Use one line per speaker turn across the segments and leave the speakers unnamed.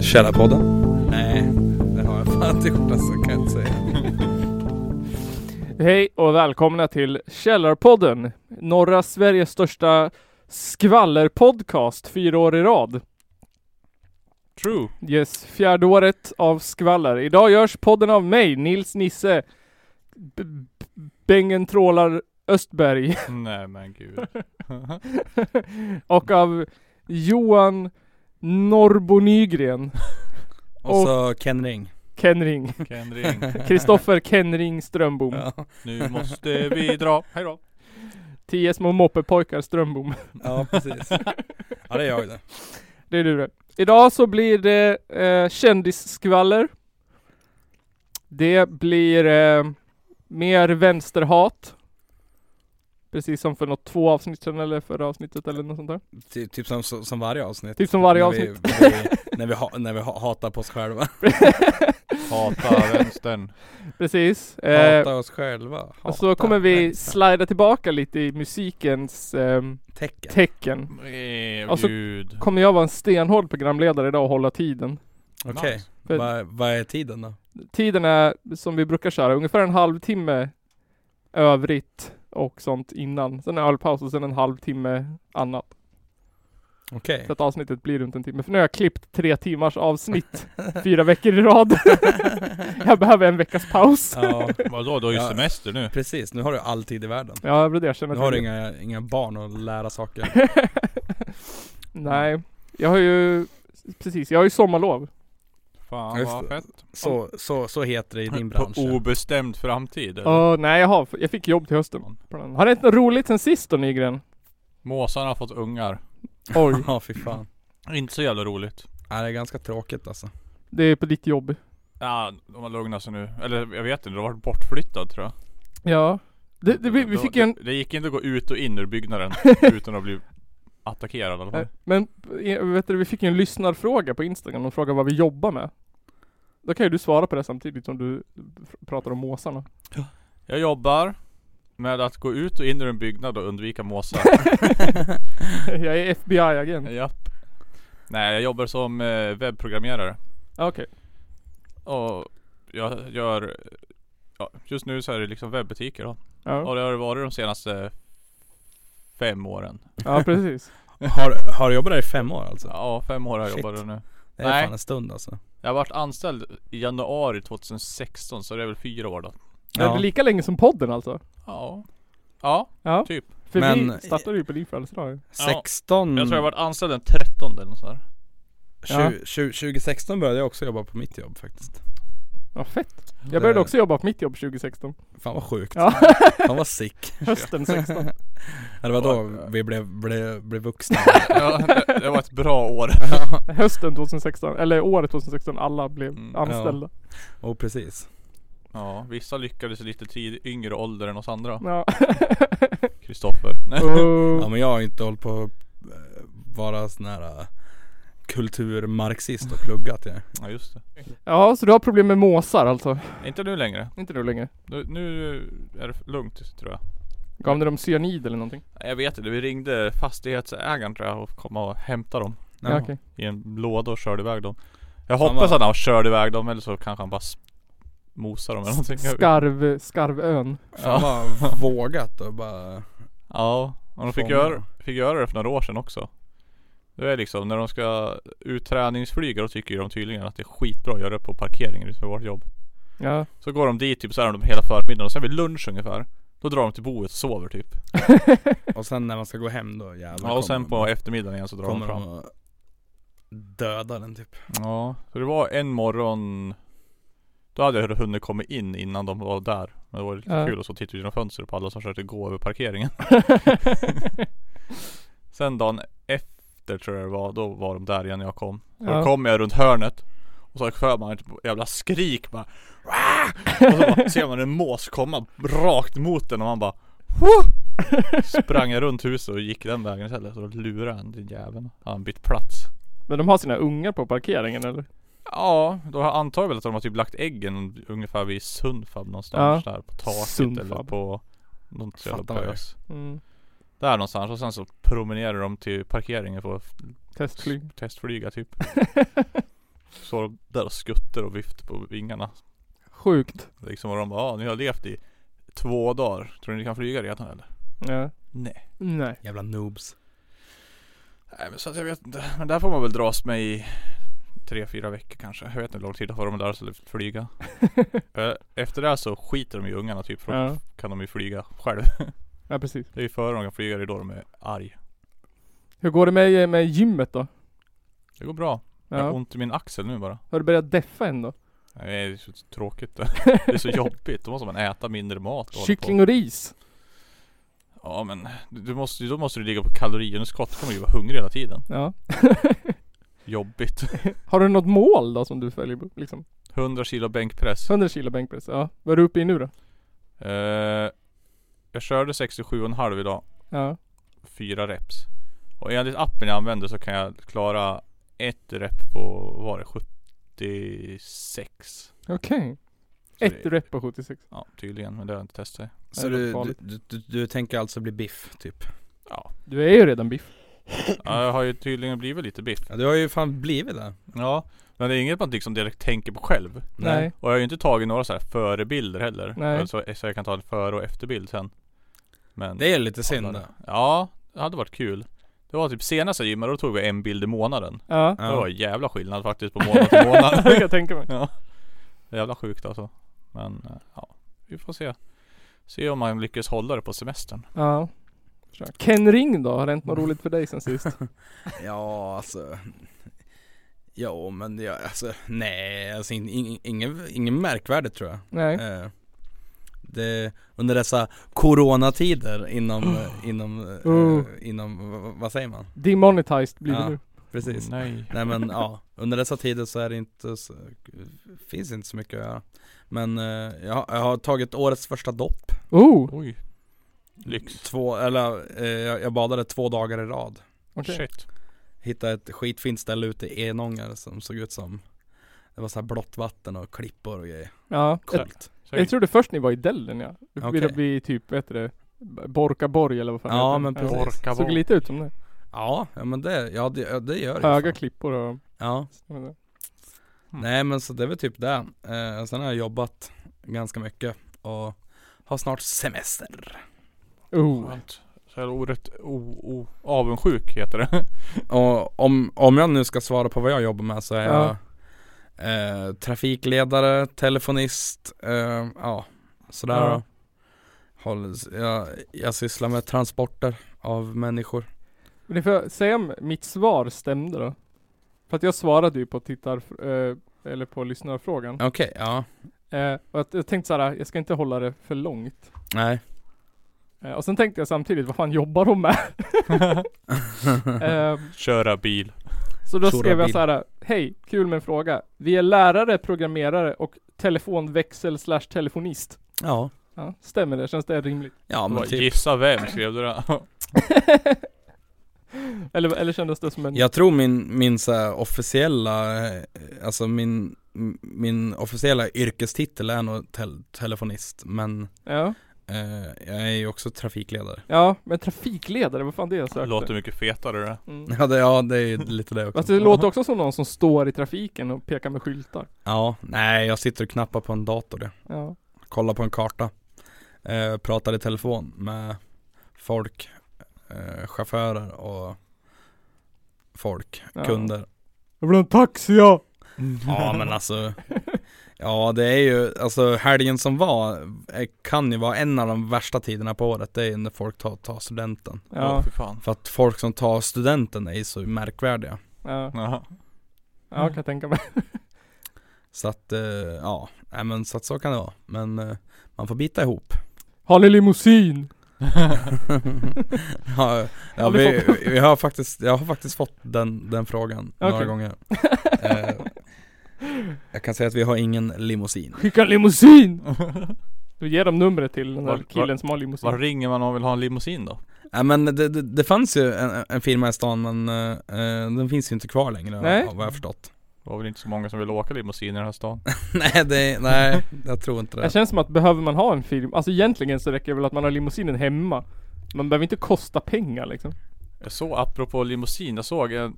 Källarpodden.
Nej, det har jag fan inte gjort alltså, kan jag inte säga.
Hej och välkomna till Källarpodden, norra Sveriges största skvallerpodcast fyra år i rad.
True.
Yes, fjärde året av skvaller. Idag görs podden av mig, Nils Nisse, B- B- Bengen Trålar Östberg
Nej men gud.
och av Johan Norbo Nygren,
Och,
Och-
så Ken Ring.
Kenring,
Kenring,
Kristoffer Kenring Strömbom,
Ja,
nu måste vi dra. Hej då.
tio små moppepojkar Strömbom.
ja precis. Ja det är jag det.
Det är du det. Idag så blir det eh, kändisskvaller. Det blir eh, mer vänsterhat. Precis som för något två avsnitt sedan eller förra avsnittet eller något sånt där.
Ty, typ som, som som varje avsnitt.
Typ som varje
när
avsnitt.
Vi, vi, när vi, ha, när vi ha, hatar på oss själva.
Hata vänstern.
Precis. Eh,
hatar oss själva. Hatar
och så kommer vi
människan.
slida tillbaka lite i musikens ehm,
Tecken.
tecken.
Eh,
Alltså-
gud.
Kommer jag vara en stenhård programledare idag och hålla tiden.
Okej.
Nice.
För-
Vad vad är tiden då?
Tiden är som vi brukar köra, ungefär en halvtimme övrigt och sånt innan. Sen en ölpaus och sen en halvtimme annat.
Okej.
Så att avsnittet blir runt en timme. För nu har jag klippt tre timmars avsnitt fyra veckor i rad. jag behöver en veckas paus.
Ja
Vadå, du har ju
Ja.
semester nu.
precis, nu har du all tid i världen.
Ja, jag vill erkänna
Nu
att
har
jag-
du inga, inga barn att lära saker.
Nej, jag har ju precis, jag har ju sommarlov.
Fan
Just
vad
det.
fett.
Så, så, så heter det i din
På
bransch.
obestämd framtid. eller?
Åh, nej, jag, har, jag fick jobb till hösten. på den. Har det inte något roligt sen sist då Nygren?
Måsarna har fått ungar.
Oj,
Ja fy fan.
Inte så jävla roligt.
Ja, det är ganska tråkigt alltså.
det är på ditt jobb.
Ja, de har lugnat sig nu. Eller jag vet inte, de har varit bortflyttad tror jag.
Ja. Det, det, vi, vi
De-
fick
det,
en...
Det gick inte att gå ut och in ur byggnaden utan att bli attackerad i alla fall.
Men eh, vet du, vi fick ju en lyssnarfråga på Instagram. De frågade vad vi jobbar med. Då kan ju du svara på det samtidigt som du fr- pratar om måsarna.
Jag jobbar med att gå ut och in ur en byggnad och undvika måsar.
jag är FBI-agent.
Japp. Nej, jag jobbar som eh, webbprogrammerare.
Ah, Okej.
Och jag gör... Ja, just nu så är det liksom webbutiker då.
Ja.
Och det har det varit de senaste fem åren.
ja, precis.
Har, har du jobbat där i fem år alltså?
Ja, fem år har jag
Shit.
jobbat där nu.
Det är
Nej.
fan en stund alltså.
Jag har varit anställd i januari 2016 så det är väl fyra år då.
Det är lika länge som podden alltså.
Ja. Ja,
Ja.
typ.
För
Men-
vi startade ju på din födelsedag.
16...
Jag tror jag har varit anställd den 13 eller nåt sånt där.
Ja.
20, 20, 2016 började jag också jobba på mitt jobb faktiskt.
Ja, fett. Jag började
Det-
också jobba på mitt jobb 2016.
Fan vad sjukt.
Ja.
Fan vad sick.
Hösten 16.
Ja, det var då vi blev, blev, blev vuxna.
Ja, det, det var ett bra år.
Hösten 2016. Eller året 2016. Alla blev
Mm, ja.
anställda.
Och precis.
Ja, vissa lyckades i lite tid, yngre ålder än oss andra.
Ja.
Kristoffer. Nej.
Ja
Oh.
men jag har inte hållit på att eh, vara sån här eh, kulturmarxist och pluggat jag.
Ja, just det.
ja, så du har problem med måsar alltså?
Inte nu längre.
Inte nu längre.
Nu, nu är det lugnt tror jag.
Gav ni dem cyanid eller någonting?
Jag vet inte, vi ringde fastighetsägaren tror jag och kom och hämtade dem
Ja, okej.
i en låda och körde iväg dem. Jag
Fan,
hoppas
vad-
att han körde iväg dem eller så kanske han bara s- mosar dem eller någonting. Jag vet-
Skarv, Skarvön.
Fan vad vågat och bara...
Ja, och de fick
Fångar.
göra, fick göra det för några år sedan också. Det är liksom när de ska ut träningsflyga då tycker ju de tydligen att det är skitbra att göra det på parkeringen utanför vårt jobb.
Ja.
Så går de dit typ så är de hela förmiddagen och sen vid lunch ungefär. Då drar de till boet och sover typ.
Och sen när man ska gå hem då jävlar
Ja och sen
kommer
på
de-
eftermiddagen igen så drar de
Kommer
fram.
de och döda den typ.
Ja, så det var en morgon Då hade jag hunnit komma in innan de var där Men det var lite
Ja.
kul och så tittade vi genom fönstret på alla som försökte gå över parkeringen Sen dagen efter tror jag det var, då var de där igen när jag kom Så
Ja.
då kom jag runt hörnet Och så hör man ett jävla skrik bara "Wah!" Och så bara, ser man en mås komma rakt mot den och man bara "Whoa!" Sprang jag runt huset och gick den vägen istället så då lurade han den jäveln Han bytt plats
Men de har sina ungar på parkeringen eller?
Ja, då har- antar jag väl att de har typ lagt äggen ungefär vid Sundfab någonstans där på taket
Sundfab.
eller på något jävla
Fattar vad jag
pös.
Mm.
Där någonstans och sen så promenerar de till parkeringen för att f-
Testflyg.
testflyga typ Så de där och skutter och vift på vingarna
Sjukt.
Liksom och de bara ah, ni har levt i två dagar Tror ni ni kan flyga redan eller?
Ja.
Nej
Nej.
Jävla noobs.
Nej men så att jag vet inte Men där får man väl dras med i Tre, fyra veckor kanske. Jag vet inte hur lång tid det tar dem att lära sig att flyga. Eh, Efter det här så skiter de i ungarna typ. För då
Ja.
kan de ju flyga själv.
ja, precis.
Det är ju före de kan flyga, det är då de är arg.
Hur går det med, med gymmet då?
Det går bra. Jag har
Ja.
ont i min axel nu bara.
Har du börjat deffa än då?
Nej, Det är så tråkigt det. Det är så jobbigt. Då måste man äta mindre mat och hålla på.
Kyckling och ris.
Ja men du du måste, då måste du ligga på kaloriunderskott. Då kommer du ju vara hungrig hela tiden.
Ja.
Jobbigt.
Har du något mål då som du följer? på, Liksom?
100 kilo bänkpress.
100 kilo bänkpress. Ja. Vad är du uppe i nu då?
Eh, jag körde 67,5 idag.
Ja.
Fyra reps. Och enligt appen jag använder så kan jag klara ett rep på, vad var det, 76?
Okej.
Så
Ett
det-
rep på 76.
Ja tydligen, men det har jag inte testat.
Så
Det är
du, du,
farligt.
du, du, du tänker alltså bli biff typ?
Ja,
Du är ju redan biff.
Ja, jag har ju tydligen blivit lite biff.
Ja, du har ju fan blivit det.
Ja, men det är inget man liksom direkt tänker på själv.
Nej.
Och jag har ju inte tagit några så här förebilder heller.
Nej.
Så, så jag kan ta en före och efterbild sen. Men
Det är lite synd det.
Ja, det hade varit kul. Det var typ senaste gymmet, då tog vi en bild i månaden.
Ja.
Det var
Ja.
en jävla skillnad faktiskt på månad till månad.
det kan jag tänka mig.
Ja. Jävla sjukt alltså. Men eh, ja, vi får se. Se om man lyckas hålla det på semestern.
Ja. Försök. Ken Ring då? Har det hänt
Mm.
något roligt för dig sen sist?
ja alltså. Ja men jag, alltså nej, alltså in, in, ingen, ingen märkvärdigt tror jag.
Nej.
Eh, Det, under dessa coronatider inom,
Mm.
eh, inom, eh,
Oh.
inom, v- vad säger man?
Demonetized blir det
Ja.
nu.
Precis.
Mm.
Nej.
Nej men ja, under dessa tider så är det inte så, finns inte så mycket att göra. Men eh, jag, har- jag har tagit årets första dopp.
Oh!
Oj. Lyx.
Två, eller eh, jag jag badade två dagar i rad.
Okej.
Shit.
Hittade ett skitfint ställe ute i Enånger som såg ut som Det var så här blått vatten och klippor och grejer.
Ja. Jag,
Coolt.
jag
Säkert.
trodde först ni var i Dellen ja.
Okej.
Okay. Vid typ, vad heter det? Borkaborg eller vad fan
Ja,
heter det?
men precis.
Orka
Såg
vara.
lite ut som det.
Ja, ja men det, ja det, ja, det gör det ju
Höga
fan.
klippor och...
Ja. Nej men så det är väl typ det. Eh, sen har jag jobbat ganska mycket och har snart semester.
Oh.
Skönt. Så här ordet o, o, avundsjuk heter det.
Och om, om jag nu ska svara på vad jag jobbar med så är
Ja.
jag eh, trafikledare, telefonist, eh, ja sådär
Ja.
då. Håller, jag, jag sysslar med transporter av människor.
Men det får jag säga om mitt svar stämde då? För att jag svarade ju på tittar... Eh, eller på lyssnarfrågan.
Okej, ja.
Eh, och att jag tänkte såhär, jag ska inte hålla det för långt.
Nej.
Eh, och sen tänkte jag samtidigt, vad fan jobbar de med? eh,
Köra bil.
Så då
Stora
skrev jag
bil.
så här. Hej, kul med en fråga. Vi är lärare, programmerare och telefonväxel slash telefonist.
Ja.
Ja, stämmer det? Känns det rimligt?
Ja men
Bara,
typ.
Gissa vem skrev du det?
eller, eller kändes det som en...
Jag tror min, min så här officiella, eh, alltså min, m- min officiella yrkestitel är nog tel- telefonist men
Ja,
eh, jag är ju också trafikledare.
ja men trafikledare, vad fan det jag sökte?
Låter mycket fetare det.
Mm.
Ja det, ja, det är ju lite det
Fast
också.
det låter också som någon som står i trafiken och pekar med skyltar.
Ja, nej jag sitter och knappar på en dator det.
Ja.
Kollar på en karta. Eh, pratar i telefon med folk, eh, chaufförer och folk,
Ja.
kunder.
Jag vill ha en taxi ja!
Ja men alltså Ja det är ju, alltså helgen som var eh, kan ju vara en av de värsta tiderna på året Det är ju när folk tar, tar studenten
Ja.
Ja,
fy fan.
För att folk som tar studenten är ju så märkvärdiga
ja,
Jaha.
ja kan jag tänka mig.
Så att, eh, ja, nej men så att så kan det vara Men eh, man får bita ihop
Har ni limousin?
ja, ja,
Har du
vi,
fått-
vi har faktiskt, jag har faktiskt fått den, den frågan några
Okej.
gånger eh, Jag kan säga att vi har ingen limousin
Skicka en limousin! Du ger dem numret till den
Var-
där
var-
killen som har limousin.
Vad ringer man om man vill ha en limousin då?
Ja men det, det, det fanns ju en, en firma i stan men eh, eh, den finns ju inte kvar längre
Nej.
av vad jag har förstått
Det var väl inte så många som ville åka limousin i den här stan.
Nej det, nej jag tror inte
Det
det
känns som att behöver man ha en film, alltså egentligen så räcker det väl att man har limousinen hemma Man behöver inte kosta pengar liksom.
Jag såg, apropå limousin, jag såg en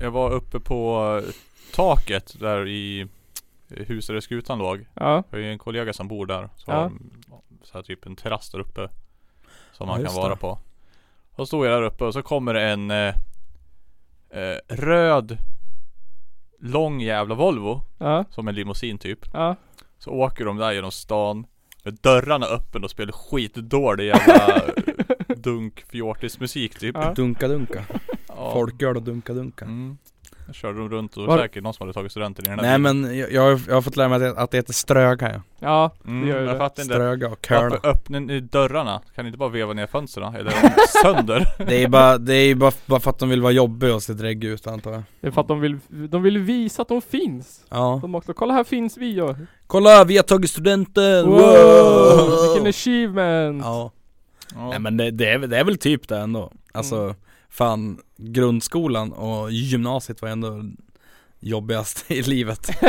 Jag var uppe på eh, taket där i huset där skutan låg
Ja,
Jag har ju en kollega som bor där så
Ja.
har de så här typ en terrass där uppe
Ja,
Som man kan
just
vara
det.
på Och stod jag där uppe och så kommer det en eh, eh, Röd Lång jävla Volvo
ja,
Som en limousin typ
ja.
Så åker de där genom stan med Dörrarna öppen och spelar skitdålig jävla dunk musik typ
Ja.
Dunka dunka.
Ja.
Folköl och dunka dunka.
Mm. Jag körde de runt och
Var-
säkert någon som hade tagit studenten i den här
Nej
bilen.
men jag, jag, har, jag har fått lära mig att det, att det heter ströga ja.
ja.
mm,
gör ju
Jag
det.
fattar inte
Ströga och curla.
Varför öppnar ni dörrarna? Kan ni inte bara veva ner fönstren? Eller sönder?
Det är bara, det är bara, bara för att de vill vara jobbiga och se dräggiga ut antar jag.
Det är för att de vill, de vill visa att de finns.
Ja.
De också, kolla här finns vi och
Kolla, vi har tagit studenten!
Wow!
Wow!
Vilken achievement!
Ja.
Ja.
Nej men det, det, är, väl- det är väl typ det ändå. Alltså, fan, grundskolan och gymnasiet var ändå jobbigast i livet.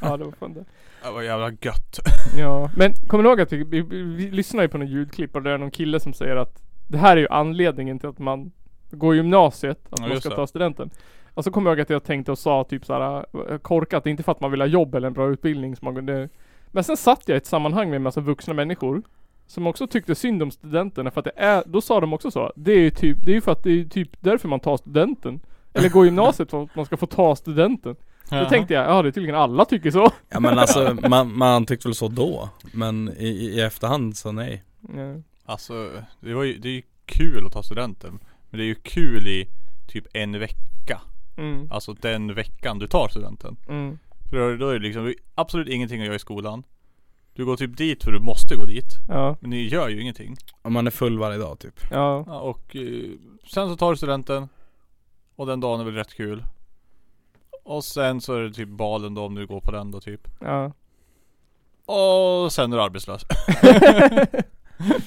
ja, det var fan det.
Det var jävla gött.
Ja, men kommer du ihåg att vi, vi, vi lyssnar ju på någon ljudklipp och det är någon kille som säger att det här är ju anledningen till att man går gymnasiet, att
Ja,
man
just
ska
det.
ta studenten. Och så kommer jag ihåg att jag tänkte och sa typ såhär äh, korkat, inte för att man vill ha jobb eller en bra utbildning som man kunde Men sen satt jag i ett sammanhang med en massa vuxna människor Som också tyckte synd om studenterna för att det är, då sa de också så Det är ju typ, det är ju för att det är typ därför man tar studenten Eller går gymnasiet för att man ska få ta studenten Då tänkte jag, ja det är tydligen alla tycker så
Ja men alltså, man, man tyckte väl så då. Men i, i i efterhand så nej.
Ja.
Alltså, det, var ju, det är ju kul att ta studenten. Men det är ju kul i typ en vecka.
Mm,
Alltså den veckan du tar studenten.
mm,
För då- då är det liksom absolut ingenting att göra i skolan. Du går typ dit för du måste gå dit.
ja,
Men ni gör ju ingenting.
Om man är full varje dag typ.
ja
Ja, och eh, sen så tar du studenten Och den dagen är väl rätt kul Och sen så är det typ balen då om du går på den då typ
Ja.
Och sen är du arbetslös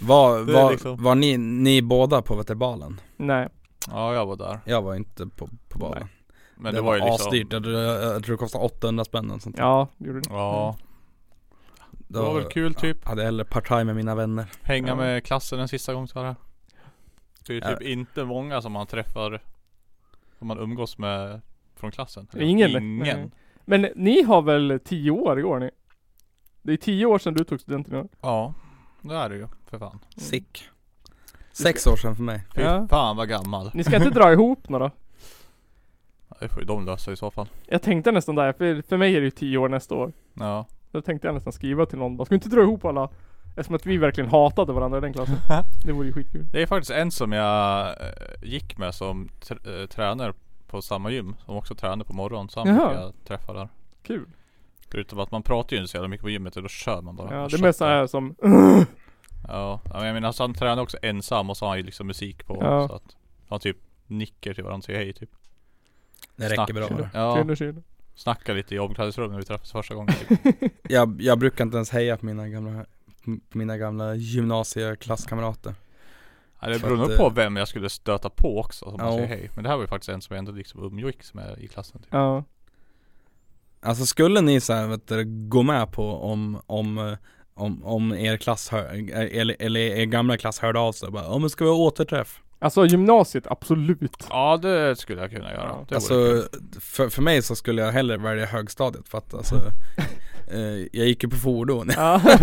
Var,
Det är
var,
liksom-
var ni, ni båda på veterbalen?
Nej.
Ja jag var där
Jag var inte på, på balen.
Men det, var ju liksom
asdyrt, jag, tror- jag, jag tror det kostade 800 spänn eller sånt. där.
Ja, det gjorde det.
Ja
Då
Mm. Det var väl kul typ
Hade hellre partaj med mina vänner.
Hänga
Ja.
med klassen en sista gång så här. Det är ju typ
Ja.
inte många som man träffar Som man umgås med Från klassen
Ingen. Nej.
Ingen
Men ni har väl tio år i år ni? Det är tio år sedan du tog studenten i år.
Ja Det är det ju för fan
Sick. Sex år sedan för mig.
Fy
Ja.
fan vad gammal
Ni ska inte dra ihop några?
Det får ju de lösa i så fall
Jag tänkte nästan där, för, för mig är det ju tio år nästa år.
Ja
Då tänkte jag nästan skriva till någon bara, ska vi inte dra ihop alla? Eftersom att vi verkligen hatade varandra i den klassen. Det vore ju skitkul.
Det är faktiskt en som jag eh, gick med som tr- eh, tränar på samma gym. Som också tränar på morgonen. Så han
Jaha.
brukar jag träffa där.
Kul.
Förutom att man pratar ju inte så jävla mycket på gymmet. Då kör man bara.
Ja,
Man
det är
köttar.
mest såhär som,
Ja, ja, men jag menar alltså, han tränar också ensam och så har han ju liksom musik på.
Ja.
Så att han typ nickar till varandra och säger hej typ.
Det räcker bra
Snack.
det.
Ja,
tjena tjena.
snackar lite i omklädningsrummet när vi träffades första gången. Typ.
Jag, jag brukar inte ens heja på mina gamla, på mina gamla gymnasieklasskamrater.
Ja, det
Så
beror
att,
nog på
eh,
vem jag skulle stöta på också. Som man
Ja.
säger hej. Men det här var ju faktiskt en som jag ändå liksom umgicks med i klassen. Typ.
Ja.
Alltså skulle ni så här, vet du, gå med på om, om, eh, om, om er klass, hör, eller, eller er gamla klass hörde av sig och bara ja men ska vi ha återträff?
Alltså gymnasiet, absolut.
Ja det skulle jag kunna göra.
Ja.
Det vore kul.
Alltså för, för mig så skulle jag hellre välja högstadiet för att alltså eh, Jag gick ju på fordon
Ja.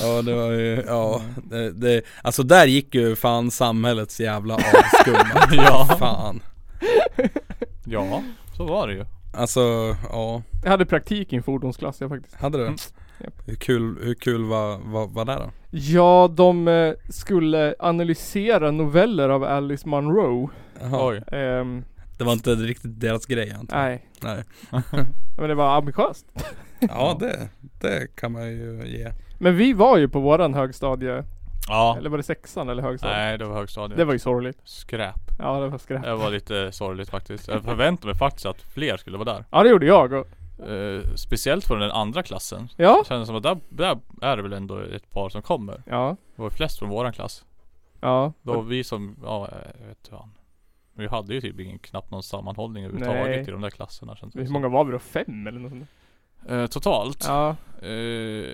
Ja det var ju, ja det, det, Alltså där gick ju fan samhällets jävla avskum
Ja.
Fan
ja, så var det ju.
Alltså, ja
Jag hade praktik i en fordonsklass jag faktiskt.
Hade du?
Mm.
Japp.
Hur kul, hur kul var, var, var det då?
Ja, de eh, skulle analysera noveller av Alice Munro.
Jaha.
Oj.
Ehm,
Det var inte riktigt deras grej antar jag
nej,
Nej
men det var ambitiöst.
Ja det, det kan man ju ge
Men vi var ju på våran högstadie,
Ja.
eller var det sexan eller högstadiet?
Nej det var högstadiet.
Det var ju sorgligt.
Skräp.
Ja, det var skräp.
Det var lite sorgligt faktiskt. Jag förväntade mig faktiskt att fler skulle vara där.
Ja, det gjorde jag. Och,
Eh, speciellt från den andra klassen.
ja.
Kändes som att där, där är det väl ändå ett par som kommer.
Ja.
Det var ju flest från våran klass.
Ja.
Då vi som, ja jag vet fan. Vi hade ju typ ingen, knappt någon sammanhållning
Nej.
överhuvudtaget i de där klasserna känns det
Hur
som.
många var vi då? Fem eller något sånt?
Eh, Totalt?
Ja.
Eh,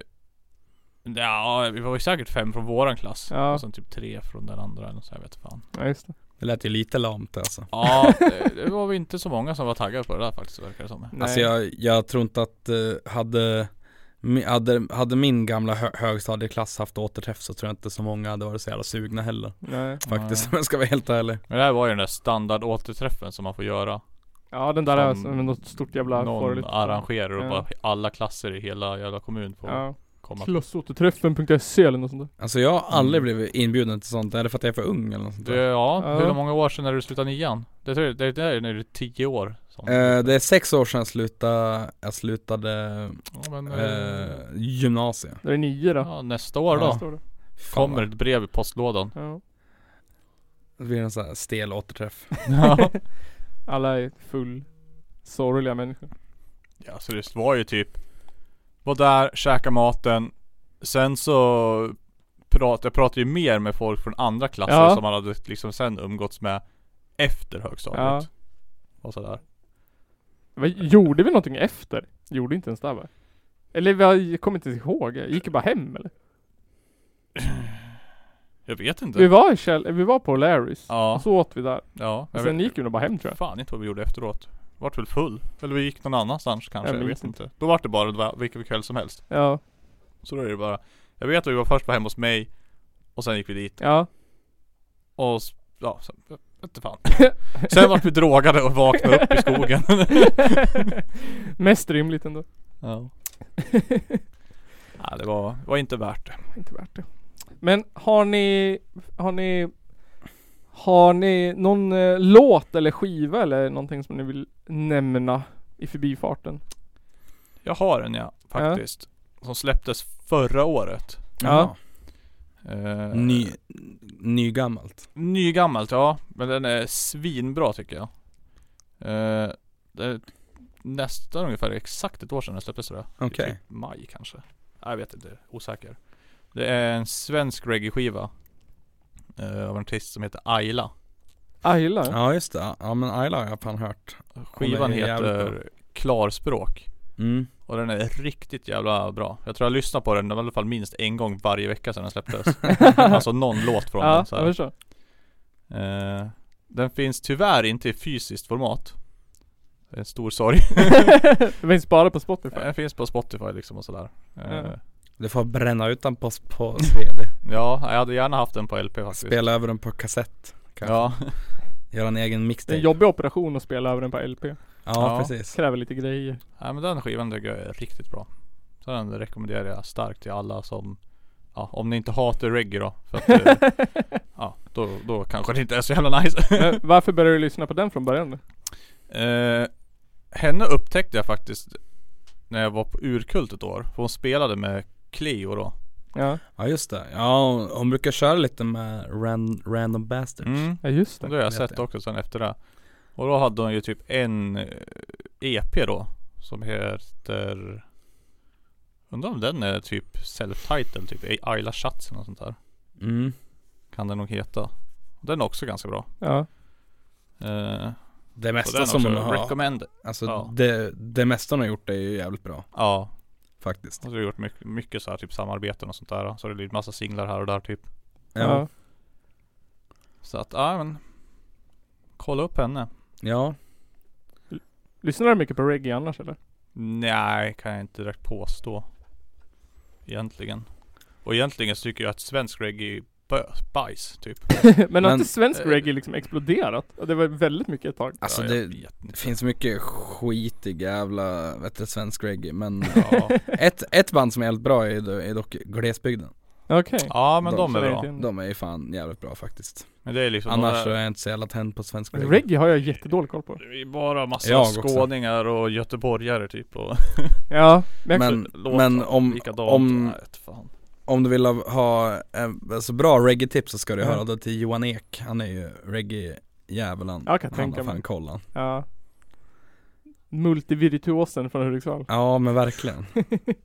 Ja, vi var ju säkert fem från våran klass.
Ja.
Och sen typ tre från den andra eller nåt så jag vet fan.
Ja, just det.
Det lät ju lite lamt alltså.
Ja, det, det var väl inte så många som var taggade på det där faktiskt verkar det som.
Nej.
Alltså jag, jag tror inte att, eh, hade, mi- hade, hade min gamla hö, högstadieklass haft återträff så tror jag inte så många hade varit så jävla sugna heller.
Nej.
Faktiskt om jag ska vara helt ärlig.
Men det här var ju den där standard återträffen som man får göra.
Ja den där är
Som
som något stort jävla
Någon
farligt.
arrangerar och
Ja.
bara alla klasser i hela jävla kommun får
Ja.
komma.
Klassåterträffen.se E eller något sånt där.
Alltså jag har aldrig blivit inbjuden till sånt. Är det för att jag är för ung eller något sånt
Det,
där?
ja,
Ja.
hur många år sedan är du slutade nian? Det, tror jag- det, det är när du är tio år. sånt.
Eh, det är sex år sedan jag slutade, jag slutade
ja, men, eh,
eh, gymnasiet.
Där är nio då.
ja, nästa år
Ja.
då.
Står det.
Fan,
Kommer ett brev i postlådan.
Ja.
Det blir en sån här stel återträff.
ja.
Alla är full sorgliga människor.
Ja, så det var ju typ Var där, käka maten Sen så prat, Jag pratade ju mer med folk från andra klasser
Ja.
som man hade liksom sen umgåtts med Efter högstadiet
Ja.
Och sådär
Vad, gjorde vi någonting efter? Gjorde inte ens det här, va? Eller vad- jag kommer inte ihåg. Jag gick bara hem eller?
Jag vet inte
Vi var, i Käll- vi var på Larrys.
Ja,
Och så åt vi där.
ja
Och
jag
sen
vet,
gick vi nog bara hem tror jag.
Fan inte vad vi gjorde efteråt Vart väl full Eller vi gick någon annanstans kanske,
Jag
jag,
minns
vet inte Då vart det bara det var- vilken kväll som helst
Ja.
Så då är det bara Jag vet att vi var först var hemma hos mig Och sen gick vi dit
Ja.
Och s- ja, sen, jag vet inte fan Sen vart vi drogade och vaknade upp i skogen
Mest rimligt ändå.
Ja. Nej, det var, det var inte värt det.
Inte värt det. Men har ni, har ni, har ni någon eh, låt eller skiva eller någonting som ni vill nämna i förbifarten?
Jag har en ja, faktiskt. Som släpptes förra året.
Ja.
Eh,
Ny, nygammalt.
Nygammalt ja, men den är svinbra tycker jag. Eh, det är nästan ungefär exakt ett år sedan den släpptes tror jag. I
Okej.
Typ maj kanske. Nej, Jag vet inte, osäker. Det är en svensk reggae-skiva. eh, av en artist som heter Ayla.
Ayla?
Ja just det. Ja men Ayla har jag fan hört.
Skivan
är jävligt bra.
heter Klarspråk.
Mm.
Och den är riktigt jävla bra Jag tror jag lyssnat på den i alla fall minst en gång varje vecka sedan den släpptes Alltså någon låt från
ja
den så
jag
här.
förstår.
Eh, Den finns tyvärr inte i fysiskt format Det är en stor sorg
Det finns bara på Spotify.
Den finns på Spotify liksom och sådär Eh,
Ja.
Du får bränna ut den på, på CD.
Ja, jag hade gärna haft den på LP faktiskt
Spela över den på kassett. kanske.
Ja,
Göra en egen
Det är
mixtape.
en
Ja,
jobbig operation att spela över den på LP.
Ja.
precis.
Kräver lite grejer.
Nej, men den skivan tycker jag är riktigt bra Så den rekommenderar jag starkt till alla som Ja, om ni inte hatar reggae då för att, eh, Ja, då, då kanske det inte är så jävla nice
Men varför började du lyssna på den från början? då?
Eh, henne upptäckte jag faktiskt när jag var på Urkult ett år. För hon spelade med Cleo då.
Ja,
Ja just det. Ja hon, hon brukar köra lite med ran, random bastards.
ja just
Det
det.
har jag
Vet
sett
jag.
också sen efter det. Och då hade hon ju typ en eh, EP då. Som heter Undrar om den är typ self-title, typ Ayla Schatz eller något sånt där.
Mm.
Kan den nog heta. Den är också ganska bra.
Ja.
Eh,
Det
och
mesta
den
som
också,
hon har,
recommend.
alltså
Ja.
det, det mesta hon har gjort är ju jävligt bra
Ja,
faktiskt.
och så har jag gjort mycket, mycket så här typ samarbeten och sånt där. Så det blir massa singlar här och där typ.
Ja. Ja.
Så att, ja men Kolla upp henne
Lyssnar du mycket på reggae annars eller?
Nej, kan jag inte direkt påstå Egentligen Och egentligen så tycker jag att svensk reggae är bö- bajs typ
Men har
Men-
inte svensk
eh,
reggae liksom exploderat? Det var väldigt mycket ett tag.
Alltså
ja,
det
jag vet
det
inte.
finns mycket skitig jävla, vet du, svensk reggae men
Ja,
ett, ett band som är helt bra är, do- är dock Glesbygden.
Okej.
ja men de,
De
känner
är
jag
bra
inte igen.
De är ju fan jävligt bra faktiskt.
Men det är liksom
Annars så
de
är
där,
jag inte så jävla tänd på svensk
Men
reggae.
Reggae har jag jättedålig koll på.
det är bara massa
Jag också.
skåningar och göteborgare typ och
Ja, men, jag-
Men, men om,
likadant,
om,
nej, vet fan.
om du vill ha- ha eh, alltså bra reggae-tips så ska du
Ja.
höra det till Johan Ek. Han är ju reggae-djävulen.
Jag kan
Han
tänka
har
mig.
fan kollen.
ja. Multivirtuosen från Hudiksvall.
Ja men verkligen.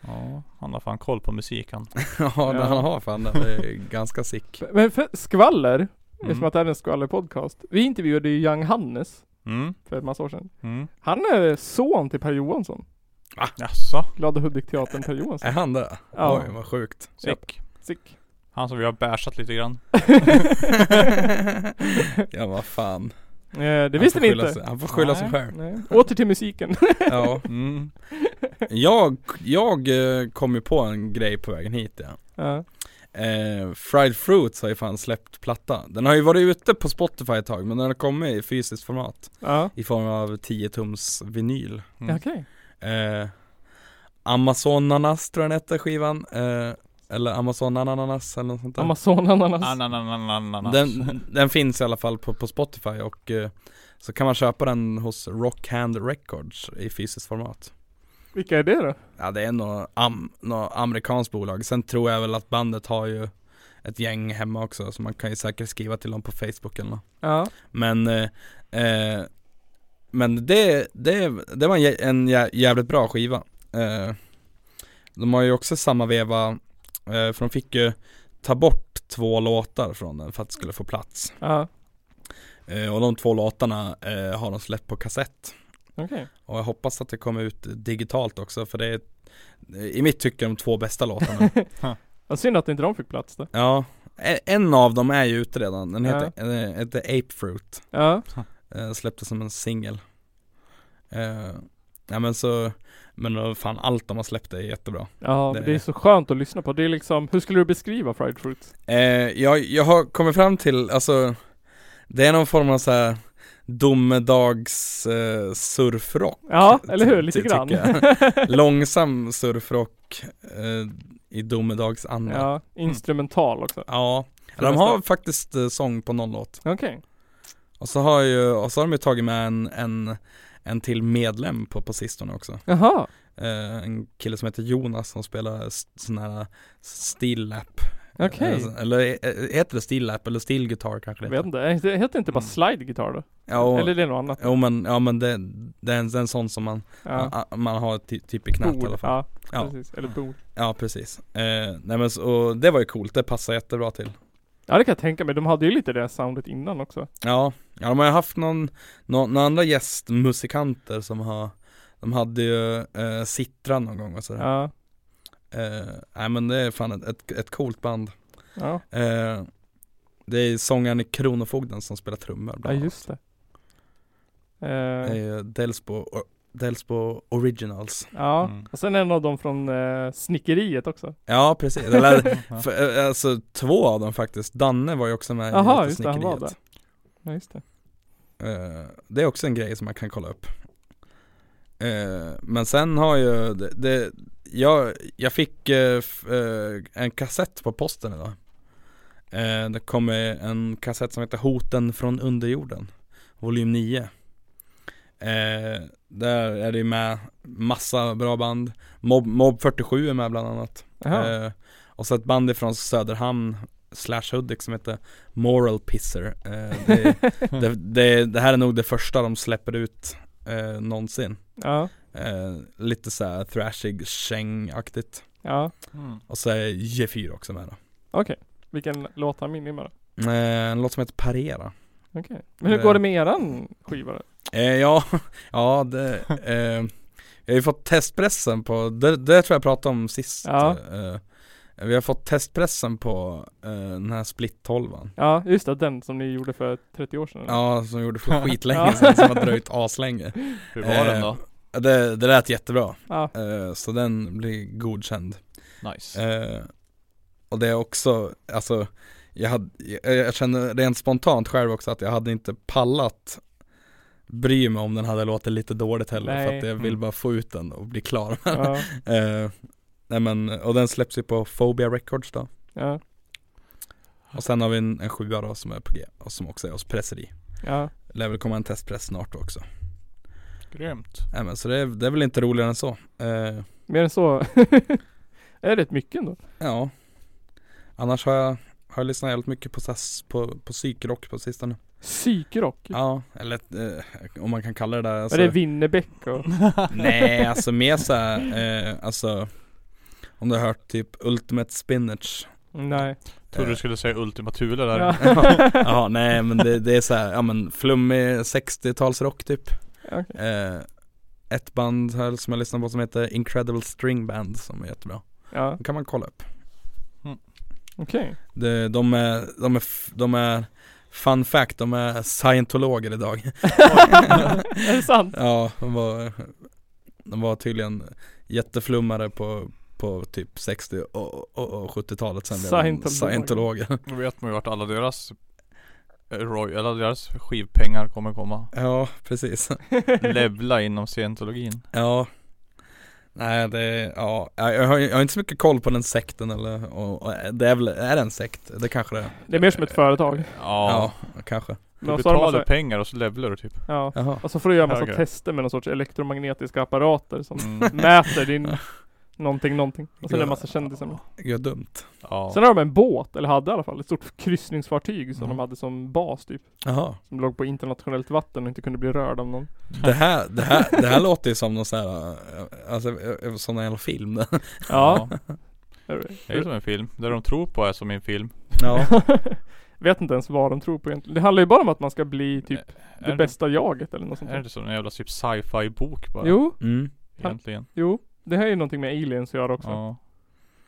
Ja, han har fan koll på musik han
ja,
Ja.
Det han har fan det. Det är ganska sick.
Men för skvaller, eftersom
Mm.
att det här är en skvallerpodcast. Vi intervjuade ju Young Hannes
Mm,
för en massa år sedan.
mm.
Han är son till Per Johansson.
Ah.
Jaså?
Glada Hudik-teatern Per
Är
Johansson.
han det?
Ja.
Äh, Oj vad sjukt.
Sick.
Sick.
Han som vi har bärsat lite grann.
ja vad fan.
Eh, det
Han
visste
får
ni
skylla
inte.
Sig, han får skylla sig
Nej.
själv.
Nej. Åter till musiken.
Ja.
Mm.
Jag, jag eh, kom ju på en grej på vägen hit ja.
ja.
Eh, Fried Fruits har ju fan släppt platta. Den har ju varit ute på Spotify ett tag men den har kommit i fysiskt format.
Ja.
I form av 10 tums vinyl.
Okej.
Mm.
Eh, Amazonanas tror jag den hette skivan. Eh, eller Amazonananas eller något sånt där.
Amazonananas.
Ah, Anananananas.
Alltså- Den, den finns i alla fall på, på Spotify och eh, så kan man köpa den hos Rockhand Records i fysiskt format.
Vilka är det då?
Ja det är något, am, något amerikanskt bolag. Sen tror jag väl att bandet har ju ett gäng hemma också så man kan ju säkert skriva till dem på Facebook eller något.
Ja.
Men, eh, eh, men det, det, det var en, jä- en jä- jävligt bra skiva. Eh, de har ju också samma veva, eh, för de fick ju ta bort två låtar från den för att det skulle få plats.
Ja.
Eh, och de två låtarna eh, har de släppt på kassett.
Okej.
Och jag hoppas att det kommer ut digitalt också för det är eh, i mitt tycke de två bästa låtarna.
Vad synd att inte de fick plats då.
ja, e- en av dem är ju ute redan. Den heter, eh, heter Ape Fruit.
Ja.
Eh, släpptes som en singel. Eh, ja men så, men då fan allt de har släppt är jättebra.
Ja,
Det-
men det är så skönt att lyssna på. Det är liksom, hur skulle du beskriva Fried Fruit?
Eh, jag, jag har kommit fram till, alltså Det är någon form av såhär Domedags eh, surfrock
Ja, eller hur?
Ty-
Lite
ty-
grann.
tycker Långsam surfrock eh, I domedagsanda Ja,
ja, instrumental också.
ja.
För
de
nästa.
har faktiskt eh, sång på någon låt
Okej.
Och så har ju, och så har de ju tagit med en, en, en till medlem på, på sistone också
Jaha.
eh, En kille som heter Jonas som spelar s- sån här Stillap
Okej.
Eller eh, heter det stillap eller stillgitarr kanske det
Jag
heter?
vet inte. Det heter inte bara slide guitar då?
Mm. Ja, och-
Eller är det något annat?
Jo men, ja men det, det är en, det är en sån som man,
Ja.
a- man har ty, typ i knät i alla fall
Ja,
Ja.
precis. Eller bord.
Ja precis, eh, nej men så, och det var ju coolt, det passar jättebra till
Ja, det kan jag tänka mig. De hade ju lite det soundet innan också.
Ja, ja de har ju haft någon, någon, några andra gästmusikanter som har De hade ju eh, Citra någon gång och sådär
Ja.
eh, Nej men det är fan ett, ett, ett coolt band
Ja,
eh, Det är sångaren i Kronofogden som spelar trummor
ja
bland annat.
just det. Eh,
Det är ju Delsbo, or, Delsbo Originals
Ja,
Mm.
och sen en av dem från eh, snickeriet också.
Ja precis, eller För, eh, alltså två av dem faktiskt, Danne var ju också med
Jaha,
i
just det, han var
Snickeriet.
Ja, just det.
Eh, det är också en grej som man kan kolla upp Eh, Men sen har ju, det, det, jag, jag fick eh, f, eh, en kassett på posten idag Eh, Det kom eh, en kassett som heter Hoten från underjorden Volym 9 eh, Där är det ju med massa bra band Mob, Mob 47 är med bland annat
Jaha.
Eh, och så ett band ifrån Söderhamn slash Hudik som heter Moral Pisser. Eh, det,
Mm.
det, det, det här är nog det första de släpper ut eh, någonsin.
ja,
Eh, lite såhär thrashig, kängaktigt.
ja,
Mm.
Och så är G4 också med då.
okej. Vilken låt han med då?
Eh, en låt som heter Parera.
Okej. Men hur
Det-
går det med eran skiva då?
Eh, ja, ja det, eh, jag har ju fått testpressen på, det, det tror jag pratade om sist.
Ja.
Eh, vi har fått testpressen på eh, den här split-tolvan.
Ja, just det, den som ni gjorde för 30 år sedan. eller?
Ja, som gjorde för skitlänge
Ja.
sedan, som har dröjt aslänge
Hur var den
Eh,
då?
Det, det lät jättebra,
ja.
eh, så den blir godkänd
Nice.
eh, Och det är också, alltså jag, hade, jag, jag känner rent spontant själv också att jag hade inte pallat bry mig om den hade låtit lite dåligt heller för
Nej.
att jag vill
Mm.
bara få ut den och bli klar
ja,
eh, Nej men, och den släpps ju på Phobia Records då
ja,
Och sen har vi en, en sjua då som är på G och som också är hos Presseri
ja.
Lär väl komma en testpress snart också
Grymt.
Nej men så det är, det är väl inte roligare än så. Eh,
Mer än så. är det rätt mycket ändå.
ja. Annars har jag, har jag lyssnat jävligt mycket på, så här s- på, på psykrock på sistone.
Psykrock.
Ja, eller eh, om man kan kalla det där. Alltså,
Typ. Är det Winnerbäck och...
nej, alltså mer såhär, eh, alltså om du har hört typ Ultimate Spinach.
Nej.
Trodde du
eh.
skulle säga Ultima Thule där.
Ja.
Ja, nej men det, det är såhär, ja men flummig 60-talsrock typ.
Okej.
Eh, ett band här som jag lyssnar på som heter Incredible String Band som är jättebra.
Ja,
Det kan man kolla upp.
okej.
Det, de, är, de, är, f- de är, fun fact, de är scientologer idag.
Är det sant?
Ja, de var, de var tydligen jätteflummare på, på typ 60 och, och, och 70-talet sen blev de
Scientologer.
scientologer.
Då vet man ju vart alla deras eh, Roy, alla deras skivpengar kommer komma
Ja, precis.
Levla inom scientologin
Ja. Nej det, ja, jag jag har, jag har inte så mycket koll på den sekten eller, och, och det är väl, är det en sekt? Det kanske det är.
Det är mer som ett företag.
Ja,
Ja, kanske.
Du
och så har de
betalar
massa-
pengar och så levlar du typ
Ja.
Jaha.
Och så får du göra massa
Höger.
tester med någon sorts elektromagnetiska apparater som
mm.
mäter din någonting, någonting. Och sen är det en massa
Ja.
kändisar med.
Gud, dumt.
Ja
Sen har de en båt, eller hade i alla fall, ett stort kryssningsfartyg som
Mm.
de hade som bas typ.
Jaha.
Som låg på internationellt vatten och inte kunde bli rörd av någon.
Det här, det här, det här låter ju som någon sån här, eh, alltså eh, sån här jävla film.
Ja.
Det är ju som en film, det de tror på är som i en film
Ja.
Vet inte ens vad de tror på egentligen. Det handlar ju bara om att man ska bli typ
Är
det bästa jaget eller något sånt
Är
där.
det inte som en jävla typ sci-fi bok bara?
Jo,
Mm.
Egentligen
jo. Det här är ju någonting med aliens att göra också.
Ja